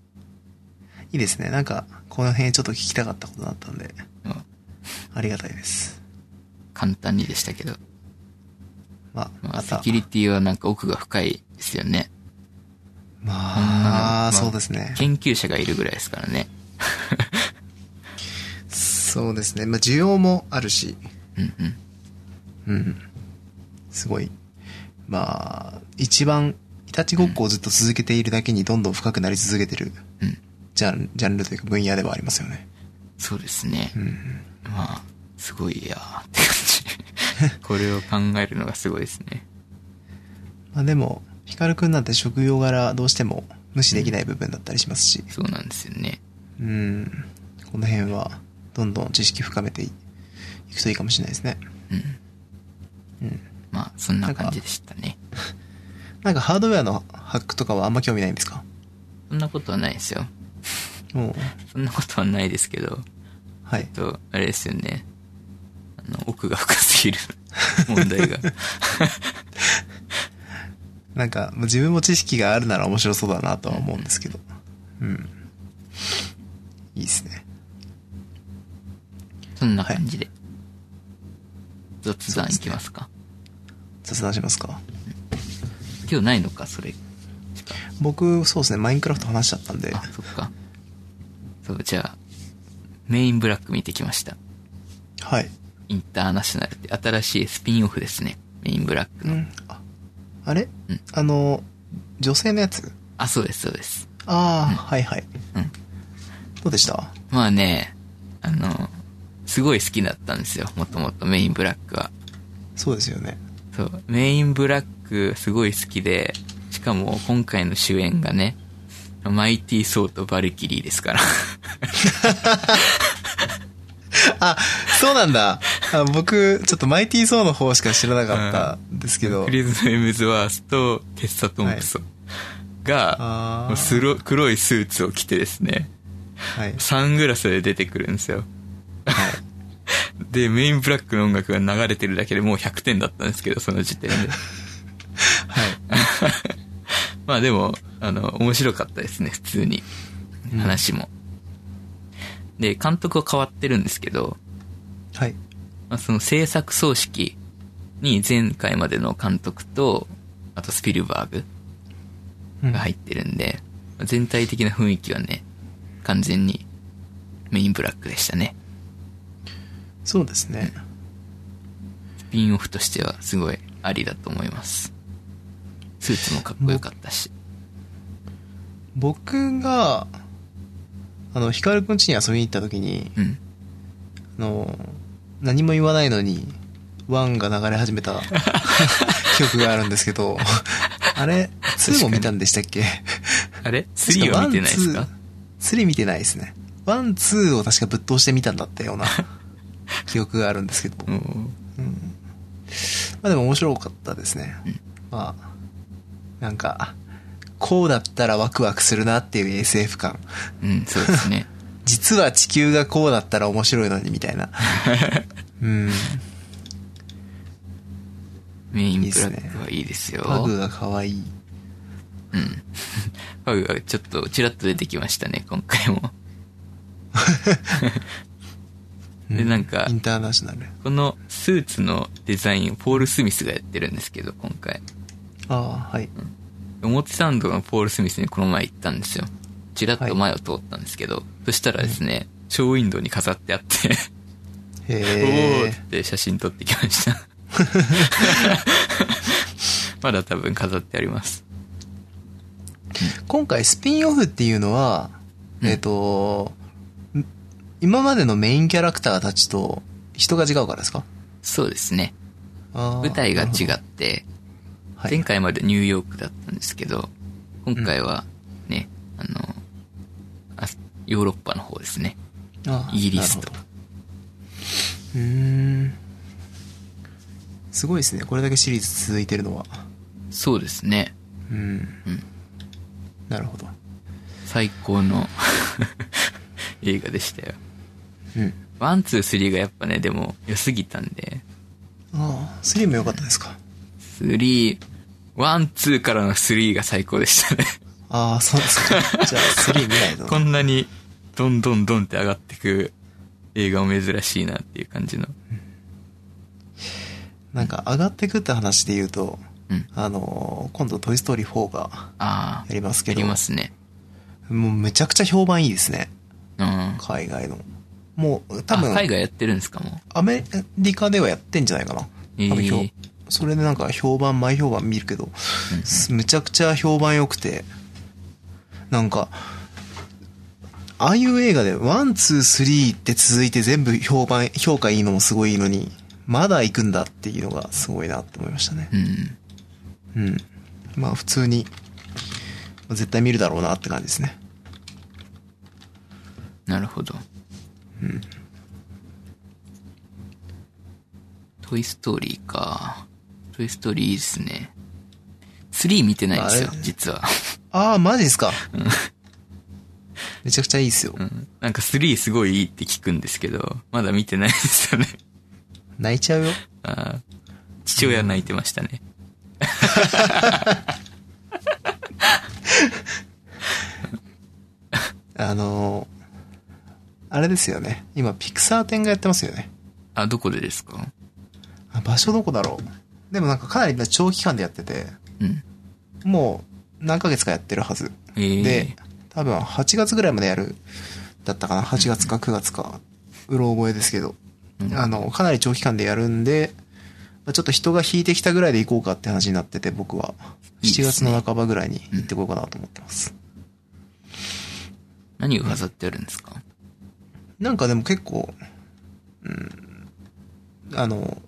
[SPEAKER 1] いいですね。なんか、この辺ちょっと聞きたかったことだったんで、
[SPEAKER 2] まあ
[SPEAKER 1] ありがたいです。
[SPEAKER 2] 簡単にでしたけど。
[SPEAKER 1] まあ、
[SPEAKER 2] まあ、
[SPEAKER 1] ま
[SPEAKER 2] セ
[SPEAKER 1] た。
[SPEAKER 2] キュリティはなんか奥が深いですよね。
[SPEAKER 1] ま
[SPEAKER 2] ま
[SPEAKER 1] あ、
[SPEAKER 2] あ
[SPEAKER 1] そうですね。
[SPEAKER 2] 研究者がいるぐらいですからね。
[SPEAKER 1] そうですね。まあ、需要もあるし、
[SPEAKER 2] うんうん。
[SPEAKER 1] うん。すごい。まあ、一番、いたちごっこをずっと続けているだけにどんどん深くなり続けてる、
[SPEAKER 2] うん
[SPEAKER 1] ジャンジャンルというか分野ではありますよね。
[SPEAKER 2] そうですね
[SPEAKER 1] う。ん。
[SPEAKER 2] まあ、すごいやーって感じ。これを考えるのがすごいですね。
[SPEAKER 1] まあでも、ヒカルくんなんて職業柄どうしても無視できない部分だったりしますし、
[SPEAKER 2] そうなんですよね。
[SPEAKER 1] うん。この辺は、どんどん知識深めていいくといいかもしれないですね。
[SPEAKER 2] うん。
[SPEAKER 1] うん。
[SPEAKER 2] まあ、そんな感じでしたね。
[SPEAKER 1] なんかハードウェアのハックとかはあんま興味ないんですか
[SPEAKER 2] そんなことはないですよ。
[SPEAKER 1] もう、
[SPEAKER 2] そんなことはないですけど、
[SPEAKER 1] はい。
[SPEAKER 2] と、あれですよね。あの、奥が深すぎる問題が。
[SPEAKER 1] なんか、もう自分も知識があるなら面白そうだなとは思うんですけど。うん。いいですね。
[SPEAKER 2] そんな感じで。雑談いきますか。
[SPEAKER 1] 雑談しますか。
[SPEAKER 2] 今日ないのか、それ。
[SPEAKER 1] 僕、そうですね、マインクラフト話しちゃったんで
[SPEAKER 2] あ、、そっか。そう、じゃあ、メインブラック見てきました。
[SPEAKER 1] はい。
[SPEAKER 2] インターナショナルって新しいスピンオフですね。メインブラック
[SPEAKER 1] う
[SPEAKER 2] の。
[SPEAKER 1] ん。ああれ、
[SPEAKER 2] うん
[SPEAKER 1] あの、女性のやつ
[SPEAKER 2] あ、そうです、そうです。
[SPEAKER 1] ああ、はいはい。
[SPEAKER 2] うん。
[SPEAKER 1] どうでした
[SPEAKER 2] まあね、あの、すごい好きだったんですよ。もともとメインブラックは。
[SPEAKER 1] そうですよね。
[SPEAKER 2] そう、メインブラックすごい好きで、しかも今回の主演がね、マイティー・ソーとバルキリーですから。
[SPEAKER 1] あ、そうなんだ。あ僕、ちょっとマイティーソーの方しか知らなかったんですけど。
[SPEAKER 2] クリズ・エムズワースとテッサ・トンプソン
[SPEAKER 1] あ
[SPEAKER 2] が、もう
[SPEAKER 1] ー
[SPEAKER 2] すろ黒いスーツを着てですね、
[SPEAKER 1] はい。
[SPEAKER 2] サングラスで出てくるんですよ。
[SPEAKER 1] はい。
[SPEAKER 2] で、メインブラックの音楽が流れてるだけでもう100点だったんですけど、その時点で。
[SPEAKER 1] はい。
[SPEAKER 2] まあでも、あの、面白かったですね、普通に。
[SPEAKER 1] うん
[SPEAKER 2] 話も。で、監督は変わってるんですけど、
[SPEAKER 1] はい。
[SPEAKER 2] まあ、その制作葬式に前回までの監督と、あとスピルバー
[SPEAKER 1] う
[SPEAKER 2] グ
[SPEAKER 1] ん
[SPEAKER 2] が入ってるんで、まあ全体的な雰囲気はね、完全にメインブラックでしたね。
[SPEAKER 1] そうですね。
[SPEAKER 2] スピンオフとしてはすごいありだと思います。スーツもかっこよかったし。
[SPEAKER 1] 僕が、あの、ヒカルくん家に遊びに行った時に、
[SPEAKER 2] うん。
[SPEAKER 1] あの、何も言わないのに、ワンが流れ始め た記憶があるんですけど、あれ、2も見たんでしたっけ
[SPEAKER 2] あれ ?3 は見てないですか
[SPEAKER 1] ?3 見てないですね。ワン、ツーを確かぶっ通してみたんだった ような記憶があるんですけど。
[SPEAKER 2] う
[SPEAKER 1] ま
[SPEAKER 2] ん
[SPEAKER 1] あでも面白かったですね。まあ、なんか、こうだったらワクワクするなっていう SF 感。
[SPEAKER 2] うん、そうですね。
[SPEAKER 1] 実は地球がこうだったら面白いのにみた いな。うん。
[SPEAKER 2] メインブラックはいいですよ。
[SPEAKER 1] パグが可愛い。
[SPEAKER 2] うん。パグがちょっとちらっと出てきましたね、今回 も。で、なんか
[SPEAKER 1] イ、ンターナショナル。
[SPEAKER 2] このスーツのデザイン、ポール・スミスがやってるんですけど、今回。
[SPEAKER 1] ああ、はい。
[SPEAKER 2] 表参道のポール・スミスにこの前行ったんですよ。ちらっと前を通ったんですけど、そしたらですね、ショーウィンドウに飾ってあって、お
[SPEAKER 1] へ
[SPEAKER 2] ー
[SPEAKER 1] え。
[SPEAKER 2] って写真撮ってきま した。まだ多分飾ってあります。
[SPEAKER 1] 今回スピンオフっていうのは、
[SPEAKER 2] うん
[SPEAKER 1] えっ、と、ん今までのメインキャラクターたちと人が違うからですか
[SPEAKER 2] そうですね。舞
[SPEAKER 1] 舞
[SPEAKER 2] 台が違
[SPEAKER 1] う。は
[SPEAKER 2] って、
[SPEAKER 1] い
[SPEAKER 2] 前回までニューヨークだったんですけど、今回はね、あのあ、ヨーロッパの方ですね。
[SPEAKER 1] あー
[SPEAKER 2] イギリス
[SPEAKER 1] な
[SPEAKER 2] と
[SPEAKER 1] るほどうーん。すごいですね。これだけシリーズ続いてるのは。
[SPEAKER 2] そうですね。
[SPEAKER 1] うん。
[SPEAKER 2] うん
[SPEAKER 1] なるほど。
[SPEAKER 2] 最高の 映画でしたよ。
[SPEAKER 1] うん。
[SPEAKER 2] ワン、ツー、スリーがやっぱね、でも良すぎたんで、
[SPEAKER 1] ああ、スリーも良かったですか。
[SPEAKER 2] スリー、ワン、ツーからのスリーが最高でしたね。
[SPEAKER 1] ああ、そうですか。 じゃあ、スリー見ないとな。
[SPEAKER 2] こんなに、どんどんどんって上がってく映画も珍しいなっていう感じの。
[SPEAKER 1] なんか、上がってくって話で言うと、
[SPEAKER 2] うん。
[SPEAKER 1] あのー今度、トイストーリー4が
[SPEAKER 2] ああ、
[SPEAKER 1] やりますけ
[SPEAKER 2] や
[SPEAKER 1] ど、
[SPEAKER 2] りますね。
[SPEAKER 1] もうめちゃくちゃ評判いいですね。
[SPEAKER 2] うん。
[SPEAKER 1] 海外の。もう、多分
[SPEAKER 2] あ、海外やってるんですかも
[SPEAKER 1] アメリカではやってんじゃないかな。
[SPEAKER 2] えー
[SPEAKER 1] 多分評それでなんか評判、前評判見るけど、むちゃくちゃ評判良くて、なんか、ああいう映画で、ワン、ツー、スリーって続いて全部評判、評価いいのもすごいいいのに、まだ行くんだっていうのがすごいなって思いましたね。
[SPEAKER 2] う。うん。
[SPEAKER 1] うん。まあ普通に、絶対見るだろうなって感じですね。
[SPEAKER 2] なるほど。トイストーリーか。トイストーリーいいですね。3見てないんですよ
[SPEAKER 1] あれ、
[SPEAKER 2] 実は。
[SPEAKER 1] ああ、マジですか。めちゃくちゃいいですよ。
[SPEAKER 2] うん。なんか3すごいいいって聞くんですけど、まだ見てないんですよね。
[SPEAKER 1] 泣いちゃうよ。
[SPEAKER 2] あー父親泣いてましたね。
[SPEAKER 1] あのーあれですよね。今、ピクサー展がやってますよね。
[SPEAKER 2] あ、どこでですか
[SPEAKER 1] あ場所どこだろう。でもなんかかなり長期間でやってて、
[SPEAKER 2] うん。
[SPEAKER 1] もう何ヶ月かやってるはず。
[SPEAKER 2] えー、
[SPEAKER 1] で、多分8月ぐらいまでやる、だったかな。8月か9月か。うろ覚えですけど。
[SPEAKER 2] うん
[SPEAKER 1] あの、かなり長期間でやるんで、まあちょっと人が引いてきたぐらいで行こうかって話になってて、僕は。
[SPEAKER 2] いいで
[SPEAKER 1] 7
[SPEAKER 2] す
[SPEAKER 1] 月
[SPEAKER 2] ね
[SPEAKER 1] の半ばぐらいに行ってこようかなと思ってます。
[SPEAKER 2] 何が飾ってあるんですか
[SPEAKER 1] なんかでも結構、うん、あの、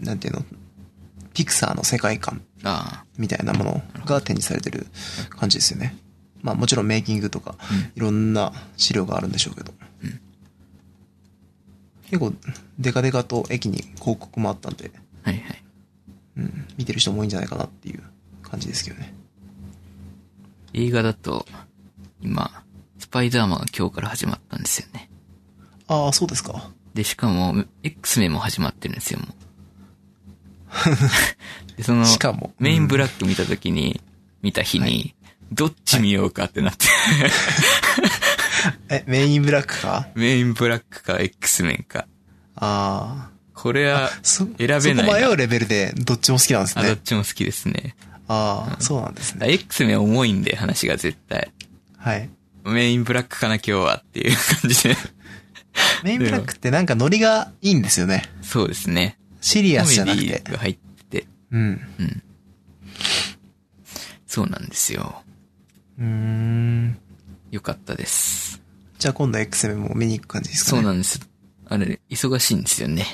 [SPEAKER 1] なんていうの、ピクサーの世界観
[SPEAKER 2] あ
[SPEAKER 1] みたいなものが展示されてる感じですよね。まあもちろんメイキングとか、いろんな資料があるんでしょうけど。結構、デカデカと駅に広告もあったんで、
[SPEAKER 2] はいはい。
[SPEAKER 1] うん、見てる人も多いんじゃないかなっていう感じですけどね。
[SPEAKER 2] 映画だと、今、スパイダーマンが今日から始まったんですよね。
[SPEAKER 1] ああ、そうですか。
[SPEAKER 2] で、しかも、X メンも始まってるんですよ、も う。で、その、
[SPEAKER 1] しかも。
[SPEAKER 2] メインブ
[SPEAKER 1] ラ
[SPEAKER 2] ラック見たときに、見た日に、
[SPEAKER 1] は
[SPEAKER 2] どっち見ようかってなって、
[SPEAKER 1] え、メインブラックか
[SPEAKER 2] メインブラックか X メンか。
[SPEAKER 1] ああ。
[SPEAKER 2] これは、
[SPEAKER 1] そ、選
[SPEAKER 2] べないな
[SPEAKER 1] そこ迷うレベルでどっちも好きなんです
[SPEAKER 2] あ、ど
[SPEAKER 1] ね
[SPEAKER 2] っ。ちも好きですね。
[SPEAKER 1] ああ、そうなんですね。
[SPEAKER 2] X メン重いんで、話が絶対。
[SPEAKER 1] はい。
[SPEAKER 2] メインブラックかな、今日はっていう感じ で。
[SPEAKER 1] メインブラックってなんかノリがいいんですよね。
[SPEAKER 2] そうですね。
[SPEAKER 1] シリアスじゃ
[SPEAKER 2] コ
[SPEAKER 1] な
[SPEAKER 2] メ
[SPEAKER 1] く
[SPEAKER 2] デ
[SPEAKER 1] て
[SPEAKER 2] ィ。が入ってて、
[SPEAKER 1] うん。
[SPEAKER 2] そうなんですよ。
[SPEAKER 1] うーん。
[SPEAKER 2] よかったです。
[SPEAKER 1] じゃあ今度 X メンも見に行く感じですか
[SPEAKER 2] そ
[SPEAKER 1] ね。
[SPEAKER 2] うなんです。あれ、忙しいんですよね。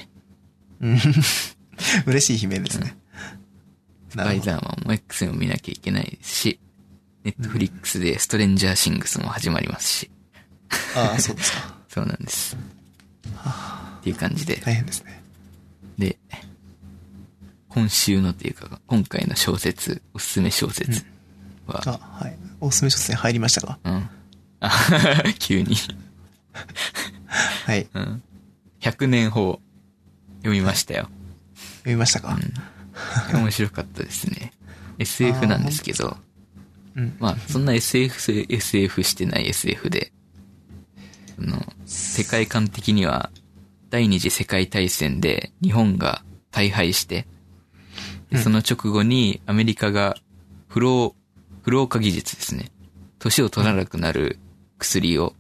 [SPEAKER 1] うん嬉しい悲鳴ですね。
[SPEAKER 2] ス
[SPEAKER 1] な
[SPEAKER 2] パ
[SPEAKER 1] る
[SPEAKER 2] イ
[SPEAKER 1] ほど。
[SPEAKER 2] ダーマンも X も見なきゃいけないですし、ネットフリックスでストレンジャーシングスも始まりますし、
[SPEAKER 1] ああ、そうですか。
[SPEAKER 2] そうなんです。っていう感じで。
[SPEAKER 1] 大変です ね。
[SPEAKER 2] で、今週のっていうか、今回の小説、おすすめ小説は、
[SPEAKER 1] あ、はい。おすすめ書店入りましたか
[SPEAKER 2] うん。 あ急に。
[SPEAKER 1] はい。
[SPEAKER 2] うん。100年法、読みましたよ。
[SPEAKER 1] 読みましたか
[SPEAKER 2] うん面白かったですね。SF なんですけど、
[SPEAKER 1] うん。
[SPEAKER 2] まあ、そんな SF、SF してない SF で、あの、世界観的には、第二次世界大戦で日本が大敗して、
[SPEAKER 1] う
[SPEAKER 2] で
[SPEAKER 1] ん
[SPEAKER 2] その直後にアメリカが不老、不老化技術ですね。年を取らなくなる薬を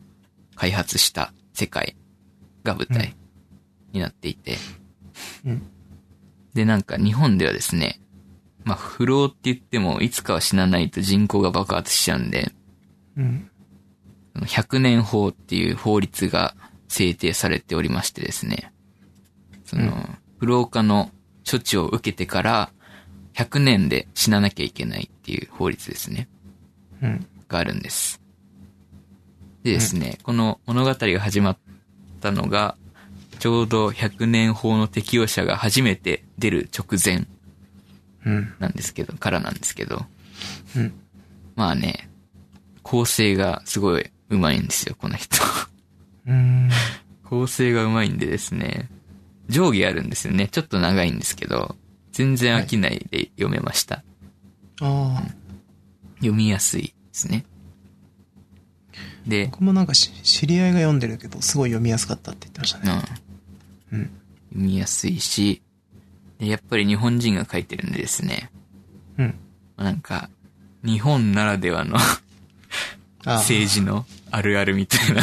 [SPEAKER 2] 開発した世界が舞台になっていて、
[SPEAKER 1] うん
[SPEAKER 2] で、なんか日本ではですね、まあ、不老って言っても、いつかは死なないと人口が爆発しちゃうんで、
[SPEAKER 1] うん。
[SPEAKER 2] 100年法っていう法律が制定されておりましてですね、その、
[SPEAKER 1] うん
[SPEAKER 2] 不老化の処置を受けてから、100年で死ななきゃいけないっていう法律ですね、
[SPEAKER 1] うん。
[SPEAKER 2] があるんです。でですね、この物語が始まったのが、ちょうど100年法の適用者が初めて出る直前
[SPEAKER 1] うん。
[SPEAKER 2] なんですけど、からなんですけど、
[SPEAKER 1] うん。
[SPEAKER 2] まあね、構成がすごい上手いんですよ、この人。
[SPEAKER 1] うーん。
[SPEAKER 2] 構成が上手いんでですね、上下あるんですよね。ちょっと長いんですけど、全然飽きないで読めました。
[SPEAKER 1] ああ。
[SPEAKER 2] 読みやすいですね。で、
[SPEAKER 1] 僕もなんかし知り合いが読んでるけど、すごい読みやすかったって言ってました
[SPEAKER 2] うん。
[SPEAKER 1] ね。
[SPEAKER 2] 読
[SPEAKER 1] うん。
[SPEAKER 2] みやすいし、でやっぱり日本人が書いてるんでですね、
[SPEAKER 1] うん。
[SPEAKER 2] なんか、日本ならではの
[SPEAKER 1] ああ。
[SPEAKER 2] 政治のあるあるみたいな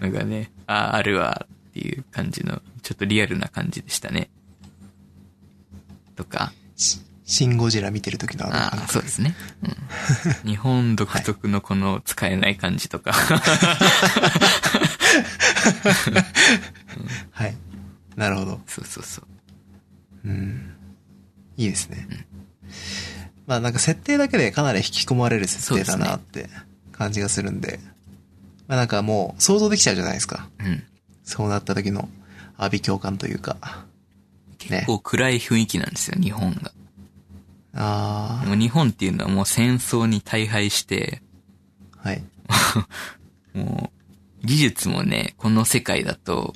[SPEAKER 1] うん。
[SPEAKER 2] のがね、ああ、あるわっていう感じの、ちょっとリアルな感じでしたね。とか、
[SPEAKER 1] しシンゴジラ見てる時のあの
[SPEAKER 2] あ
[SPEAKER 1] 感
[SPEAKER 2] あ、
[SPEAKER 1] 覚
[SPEAKER 2] そうですね。うん、日本独特のこの使えない感じとか、
[SPEAKER 1] はい。なるほど。
[SPEAKER 2] そうそうそう。
[SPEAKER 1] うん。いいですね。まあなんか設定だけでかなり引き込まれる設定だなって感じがするんで。まあなんかもう想像できちゃうじゃないですか。
[SPEAKER 2] うん、
[SPEAKER 1] そうなった時の阿ビ共感というか。
[SPEAKER 2] 結構暗い雰囲気なんですよ、日本が。
[SPEAKER 1] あ
[SPEAKER 2] もう日本っていうのはもう戦争に大敗して、
[SPEAKER 1] あ、はい。
[SPEAKER 2] もう、技術もね、この世界だと、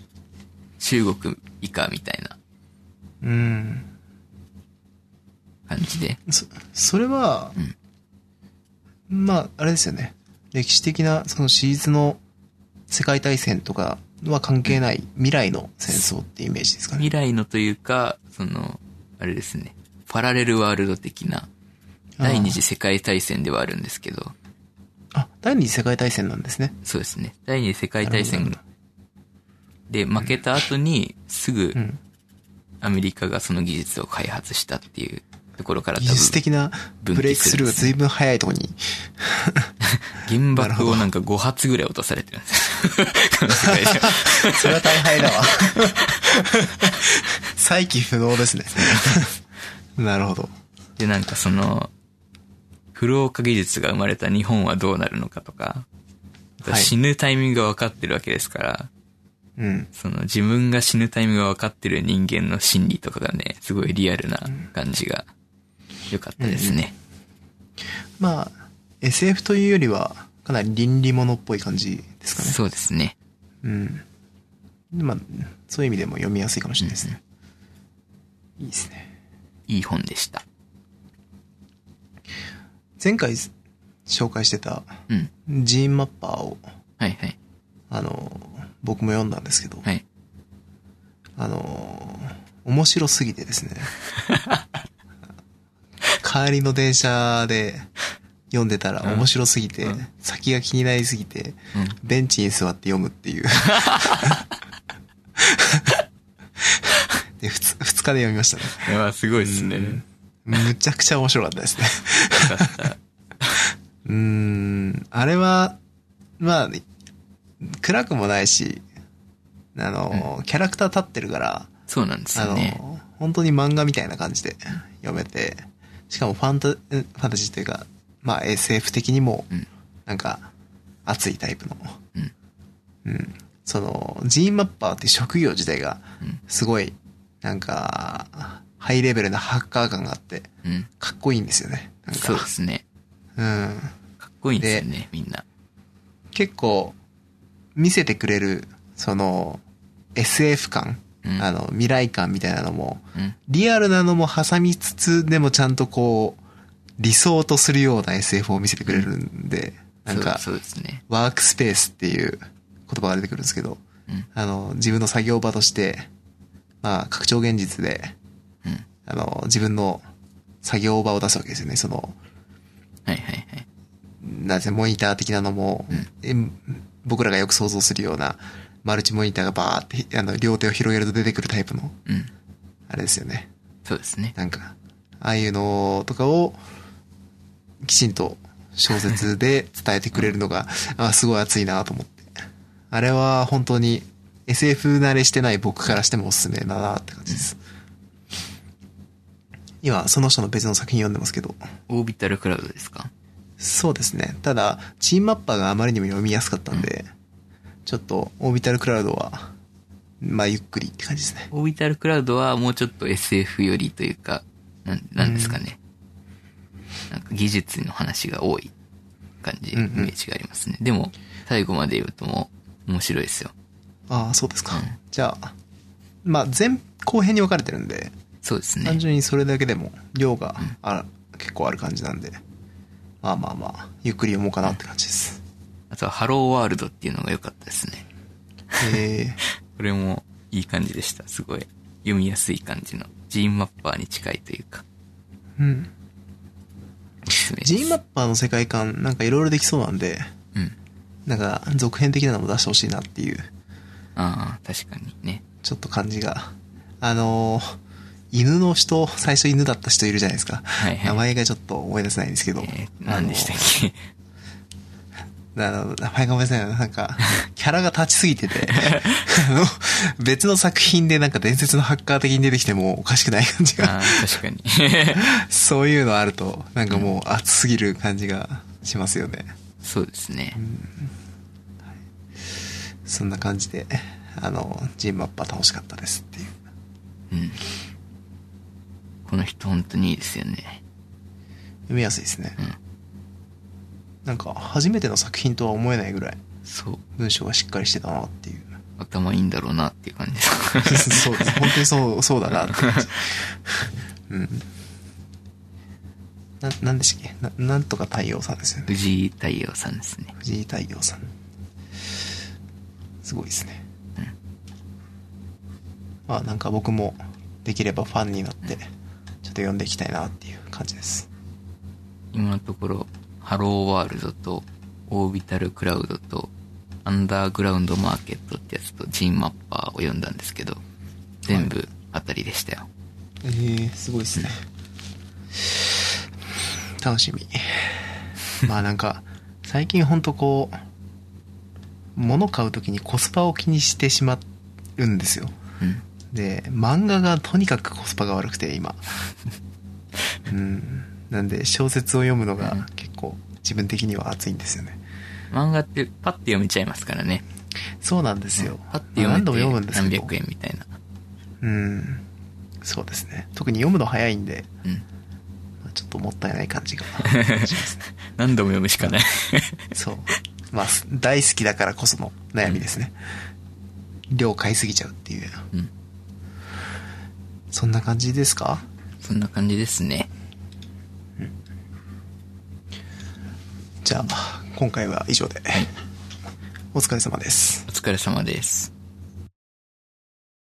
[SPEAKER 2] 中国以下みたいな
[SPEAKER 1] うん。
[SPEAKER 2] 感じで。
[SPEAKER 1] そ、それは、まああれですよね。歴史的なそのシリーズの世界大戦とかは関係ない未来の戦争ってイメージですかね。
[SPEAKER 2] 未来のというか、その、あれですね、パラレルワールド的な、
[SPEAKER 1] あー
[SPEAKER 2] 第二次世界大戦ではあるんですけど、
[SPEAKER 1] あ、第二次世界大戦なんですね。
[SPEAKER 2] そうですね、第二次世界大
[SPEAKER 1] な
[SPEAKER 2] 戦
[SPEAKER 1] るほ
[SPEAKER 2] で負けた後に、すぐ
[SPEAKER 1] どうん。
[SPEAKER 2] アメリカがその技術を開発したっていうところから
[SPEAKER 1] 技
[SPEAKER 2] 多
[SPEAKER 1] 術
[SPEAKER 2] 分、
[SPEAKER 1] 的なブレイクスルーが随分早いところ に。
[SPEAKER 2] 原
[SPEAKER 1] なる
[SPEAKER 2] 爆
[SPEAKER 1] ほ
[SPEAKER 2] を
[SPEAKER 1] ど
[SPEAKER 2] なんか5発ぐらい落とされてるんですよ。 この世界では
[SPEAKER 1] それは大敗だわ。 再起不能ですね。 なるほど。
[SPEAKER 2] で、なんかその、不老化技術が生まれた日本はどうなるのかとか、
[SPEAKER 1] はい
[SPEAKER 2] 死ぬタイミングが分かってるわけですから、
[SPEAKER 1] うん。
[SPEAKER 2] その自分が死ぬタイムが分かってる人間の心理とかがね、すごいリアルな感じが良かったですね。
[SPEAKER 1] まあ、SF というよりは、かなり倫理ものっぽい感じですかね。
[SPEAKER 2] そうですね。
[SPEAKER 1] うん。まあ、そういう意味でも読みやすいかもしれないですね。いいですね。
[SPEAKER 2] いい本でした。
[SPEAKER 1] 前回紹介してた
[SPEAKER 2] うん。
[SPEAKER 1] ジーンマッパーを、
[SPEAKER 2] はいはい。
[SPEAKER 1] あの、僕も読んだんですけど、
[SPEAKER 2] はい。
[SPEAKER 1] あの、面白すぎてです ね。帰りの電車で読んでたら面白すぎて、
[SPEAKER 2] うん
[SPEAKER 1] 先が気になりすぎて、
[SPEAKER 2] うん。
[SPEAKER 1] ベンチに座って読むっていう。で、ふつ二日で読みましたね。
[SPEAKER 2] いや、すごいっす
[SPEAKER 1] うん。むちゃくちゃ面白かったです ね。
[SPEAKER 2] よかった。
[SPEAKER 1] うーん、あれは、まあ、暗くもないし、あの、キャラクター立ってるから、
[SPEAKER 2] そうなんです
[SPEAKER 1] あ
[SPEAKER 2] よ
[SPEAKER 1] の、
[SPEAKER 2] ね。
[SPEAKER 1] 本当に漫画みたいな感じで読めて、しかもファンタ、ファンタジーというか、まあ SF 的にも
[SPEAKER 2] うん、
[SPEAKER 1] なんか、熱いタイプの、
[SPEAKER 2] うん
[SPEAKER 1] うんその、ジーンマッパーって職業自体が
[SPEAKER 2] うん、
[SPEAKER 1] すごい、なんか、ハイレベルなハッカー感があって、
[SPEAKER 2] うん。
[SPEAKER 1] かっこいいんですよね。なん
[SPEAKER 2] そうで
[SPEAKER 1] か、
[SPEAKER 2] すね。
[SPEAKER 1] うん。
[SPEAKER 2] かっこいいんですよね、みんな。
[SPEAKER 1] 結構、見せてくれる、その、SF 感、
[SPEAKER 2] うん。
[SPEAKER 1] あの、未来感みたいなのも、
[SPEAKER 2] うん。
[SPEAKER 1] リアルなのも挟みつつ、でもちゃんとこう、理想とするような SF を見せてくれるんで、なんか、
[SPEAKER 2] そうそうですね。
[SPEAKER 1] ワークスペースっていう言葉が出てくるんですけど、
[SPEAKER 2] うん
[SPEAKER 1] あの、自分の作業場として、まあ、拡張現実で、
[SPEAKER 2] うん。
[SPEAKER 1] あの、自分の作業場を出すわけですよね。その、
[SPEAKER 2] はいはいはい。
[SPEAKER 1] なぜモニター的なのも、え僕らがよく想像するような、マルチモニターがバーって、あの、両手を広げると出てくるタイプの、
[SPEAKER 2] うん。
[SPEAKER 1] あれですよね。
[SPEAKER 2] そうですね。
[SPEAKER 1] なんか、ああいうのとかを、きちんと小説で伝えてくれるのが、あすごい熱いなと思って。あれは本当に SF 慣れしてない僕からしてもおすすめだなって感じです。今、その人の別の作品読んでますけど。
[SPEAKER 2] オービタルクラウドですか
[SPEAKER 1] そうですね。ただ、チームマッパーがあまりにも読みやすかったんで、ちょっと、オービタルクラウドは、まあ、ゆっくりって感じですね。
[SPEAKER 2] オービタルクラウドはもうちょっと SF よりというか、なんなんですかね、なんか技術の話が多い感じ、イ
[SPEAKER 1] うん
[SPEAKER 2] メ
[SPEAKER 1] うん
[SPEAKER 2] ージがありますね。でも、最後まで言うともう面白いですよ。
[SPEAKER 1] ああ、そうですか。
[SPEAKER 2] うん
[SPEAKER 1] じゃあ、まあ、前後編に分かれてるんで、
[SPEAKER 2] そうです
[SPEAKER 1] 単
[SPEAKER 2] ね。
[SPEAKER 1] 純にそれだけでも量があら、結構ある感じなんで、まあまあまあ、ゆっくり読もうかなって感じです。
[SPEAKER 2] あとはハローワールドっていうのが良かったですね。
[SPEAKER 1] え
[SPEAKER 2] これもいい感じでした。すごい。読みやすい感じの。ジーンマッパーに近いというか。
[SPEAKER 1] ー、うん。
[SPEAKER 2] おすすめです
[SPEAKER 1] ジーンマッパーの世界観なんかいろいろできそうなんで、
[SPEAKER 2] うん。
[SPEAKER 1] なんか続編的なのも出してほしいなっていう、
[SPEAKER 2] ああ、確かにね。
[SPEAKER 1] ちょっと感じが。あのー犬の人、最初犬だった人いるじゃないですか。
[SPEAKER 2] はいはい
[SPEAKER 1] 名前がちょっと思い出せないんですけど。
[SPEAKER 2] えー、何でしたっけ
[SPEAKER 1] あの、名前がごめんなさいな。なんか、キャラが立ちすぎて て、あの、別の作品でなんか伝説のハッカー的に出てきてもおかしくない感じ
[SPEAKER 2] あ
[SPEAKER 1] が、
[SPEAKER 2] あ、確かに。
[SPEAKER 1] そういうのあると、なんかもう熱すぎる感じがしますよね。
[SPEAKER 2] そうですね。
[SPEAKER 1] そんな感じで、あの、ジンマッパ楽しかったですっていう。
[SPEAKER 2] うん。この人本当にいいですよね。
[SPEAKER 1] 読みやすいですね
[SPEAKER 2] うん。
[SPEAKER 1] なんか、初めての作品とは思えないぐらい、
[SPEAKER 2] そう。
[SPEAKER 1] 文章がしっかりしてたなっていう。
[SPEAKER 2] 頭いいんだろうなっていう感じです。
[SPEAKER 1] そうです。本当にそう、そうだなって感じ。うん。な、なんでしたっけな、なんとか太陽さんですよね。
[SPEAKER 2] 藤井太陽さんですね。
[SPEAKER 1] 藤井太陽さん。すごいですね。まあなんか僕もできればファンになって、ちょっと読んでいきたいなっていう感じです。
[SPEAKER 2] 今のところ、ハローワールドと、オービタルクラウドと、アンダーグラウンドマーケットってやつと、ジンマッパーを読んだんですけど、全部当たりでしたよ。
[SPEAKER 1] えー、すごいですね。楽しみ。まあなんか、最近ほんとこう、物買うときにコスパを気にしてしまうんですよ。
[SPEAKER 2] うん。
[SPEAKER 1] で、漫画がとにかくコスパが悪くて、今。うん。なんで、小説を読むのが結構自分的には熱いんですよね。
[SPEAKER 2] 漫画ってパッて読めちゃいますからね。
[SPEAKER 1] そうなんですよ。
[SPEAKER 2] パッて読
[SPEAKER 1] まあ何
[SPEAKER 2] め
[SPEAKER 1] 度も
[SPEAKER 2] て
[SPEAKER 1] 読むんです
[SPEAKER 2] 何
[SPEAKER 1] けど
[SPEAKER 2] 百。円みたいな。
[SPEAKER 1] うん。そうですね。特に読むの早いんで、
[SPEAKER 2] うん。
[SPEAKER 1] まあちょっともったいない感 じが。
[SPEAKER 2] 何度も読むしかない。
[SPEAKER 1] そう。 まあ、す大好きだからこその悩みですね。量買いすぎちゃうっていう。
[SPEAKER 2] うん。
[SPEAKER 1] そんな感じですか
[SPEAKER 2] そんな感じですね。
[SPEAKER 1] じゃあ、今回は以上で。お疲れ様です。
[SPEAKER 2] お疲れ様です。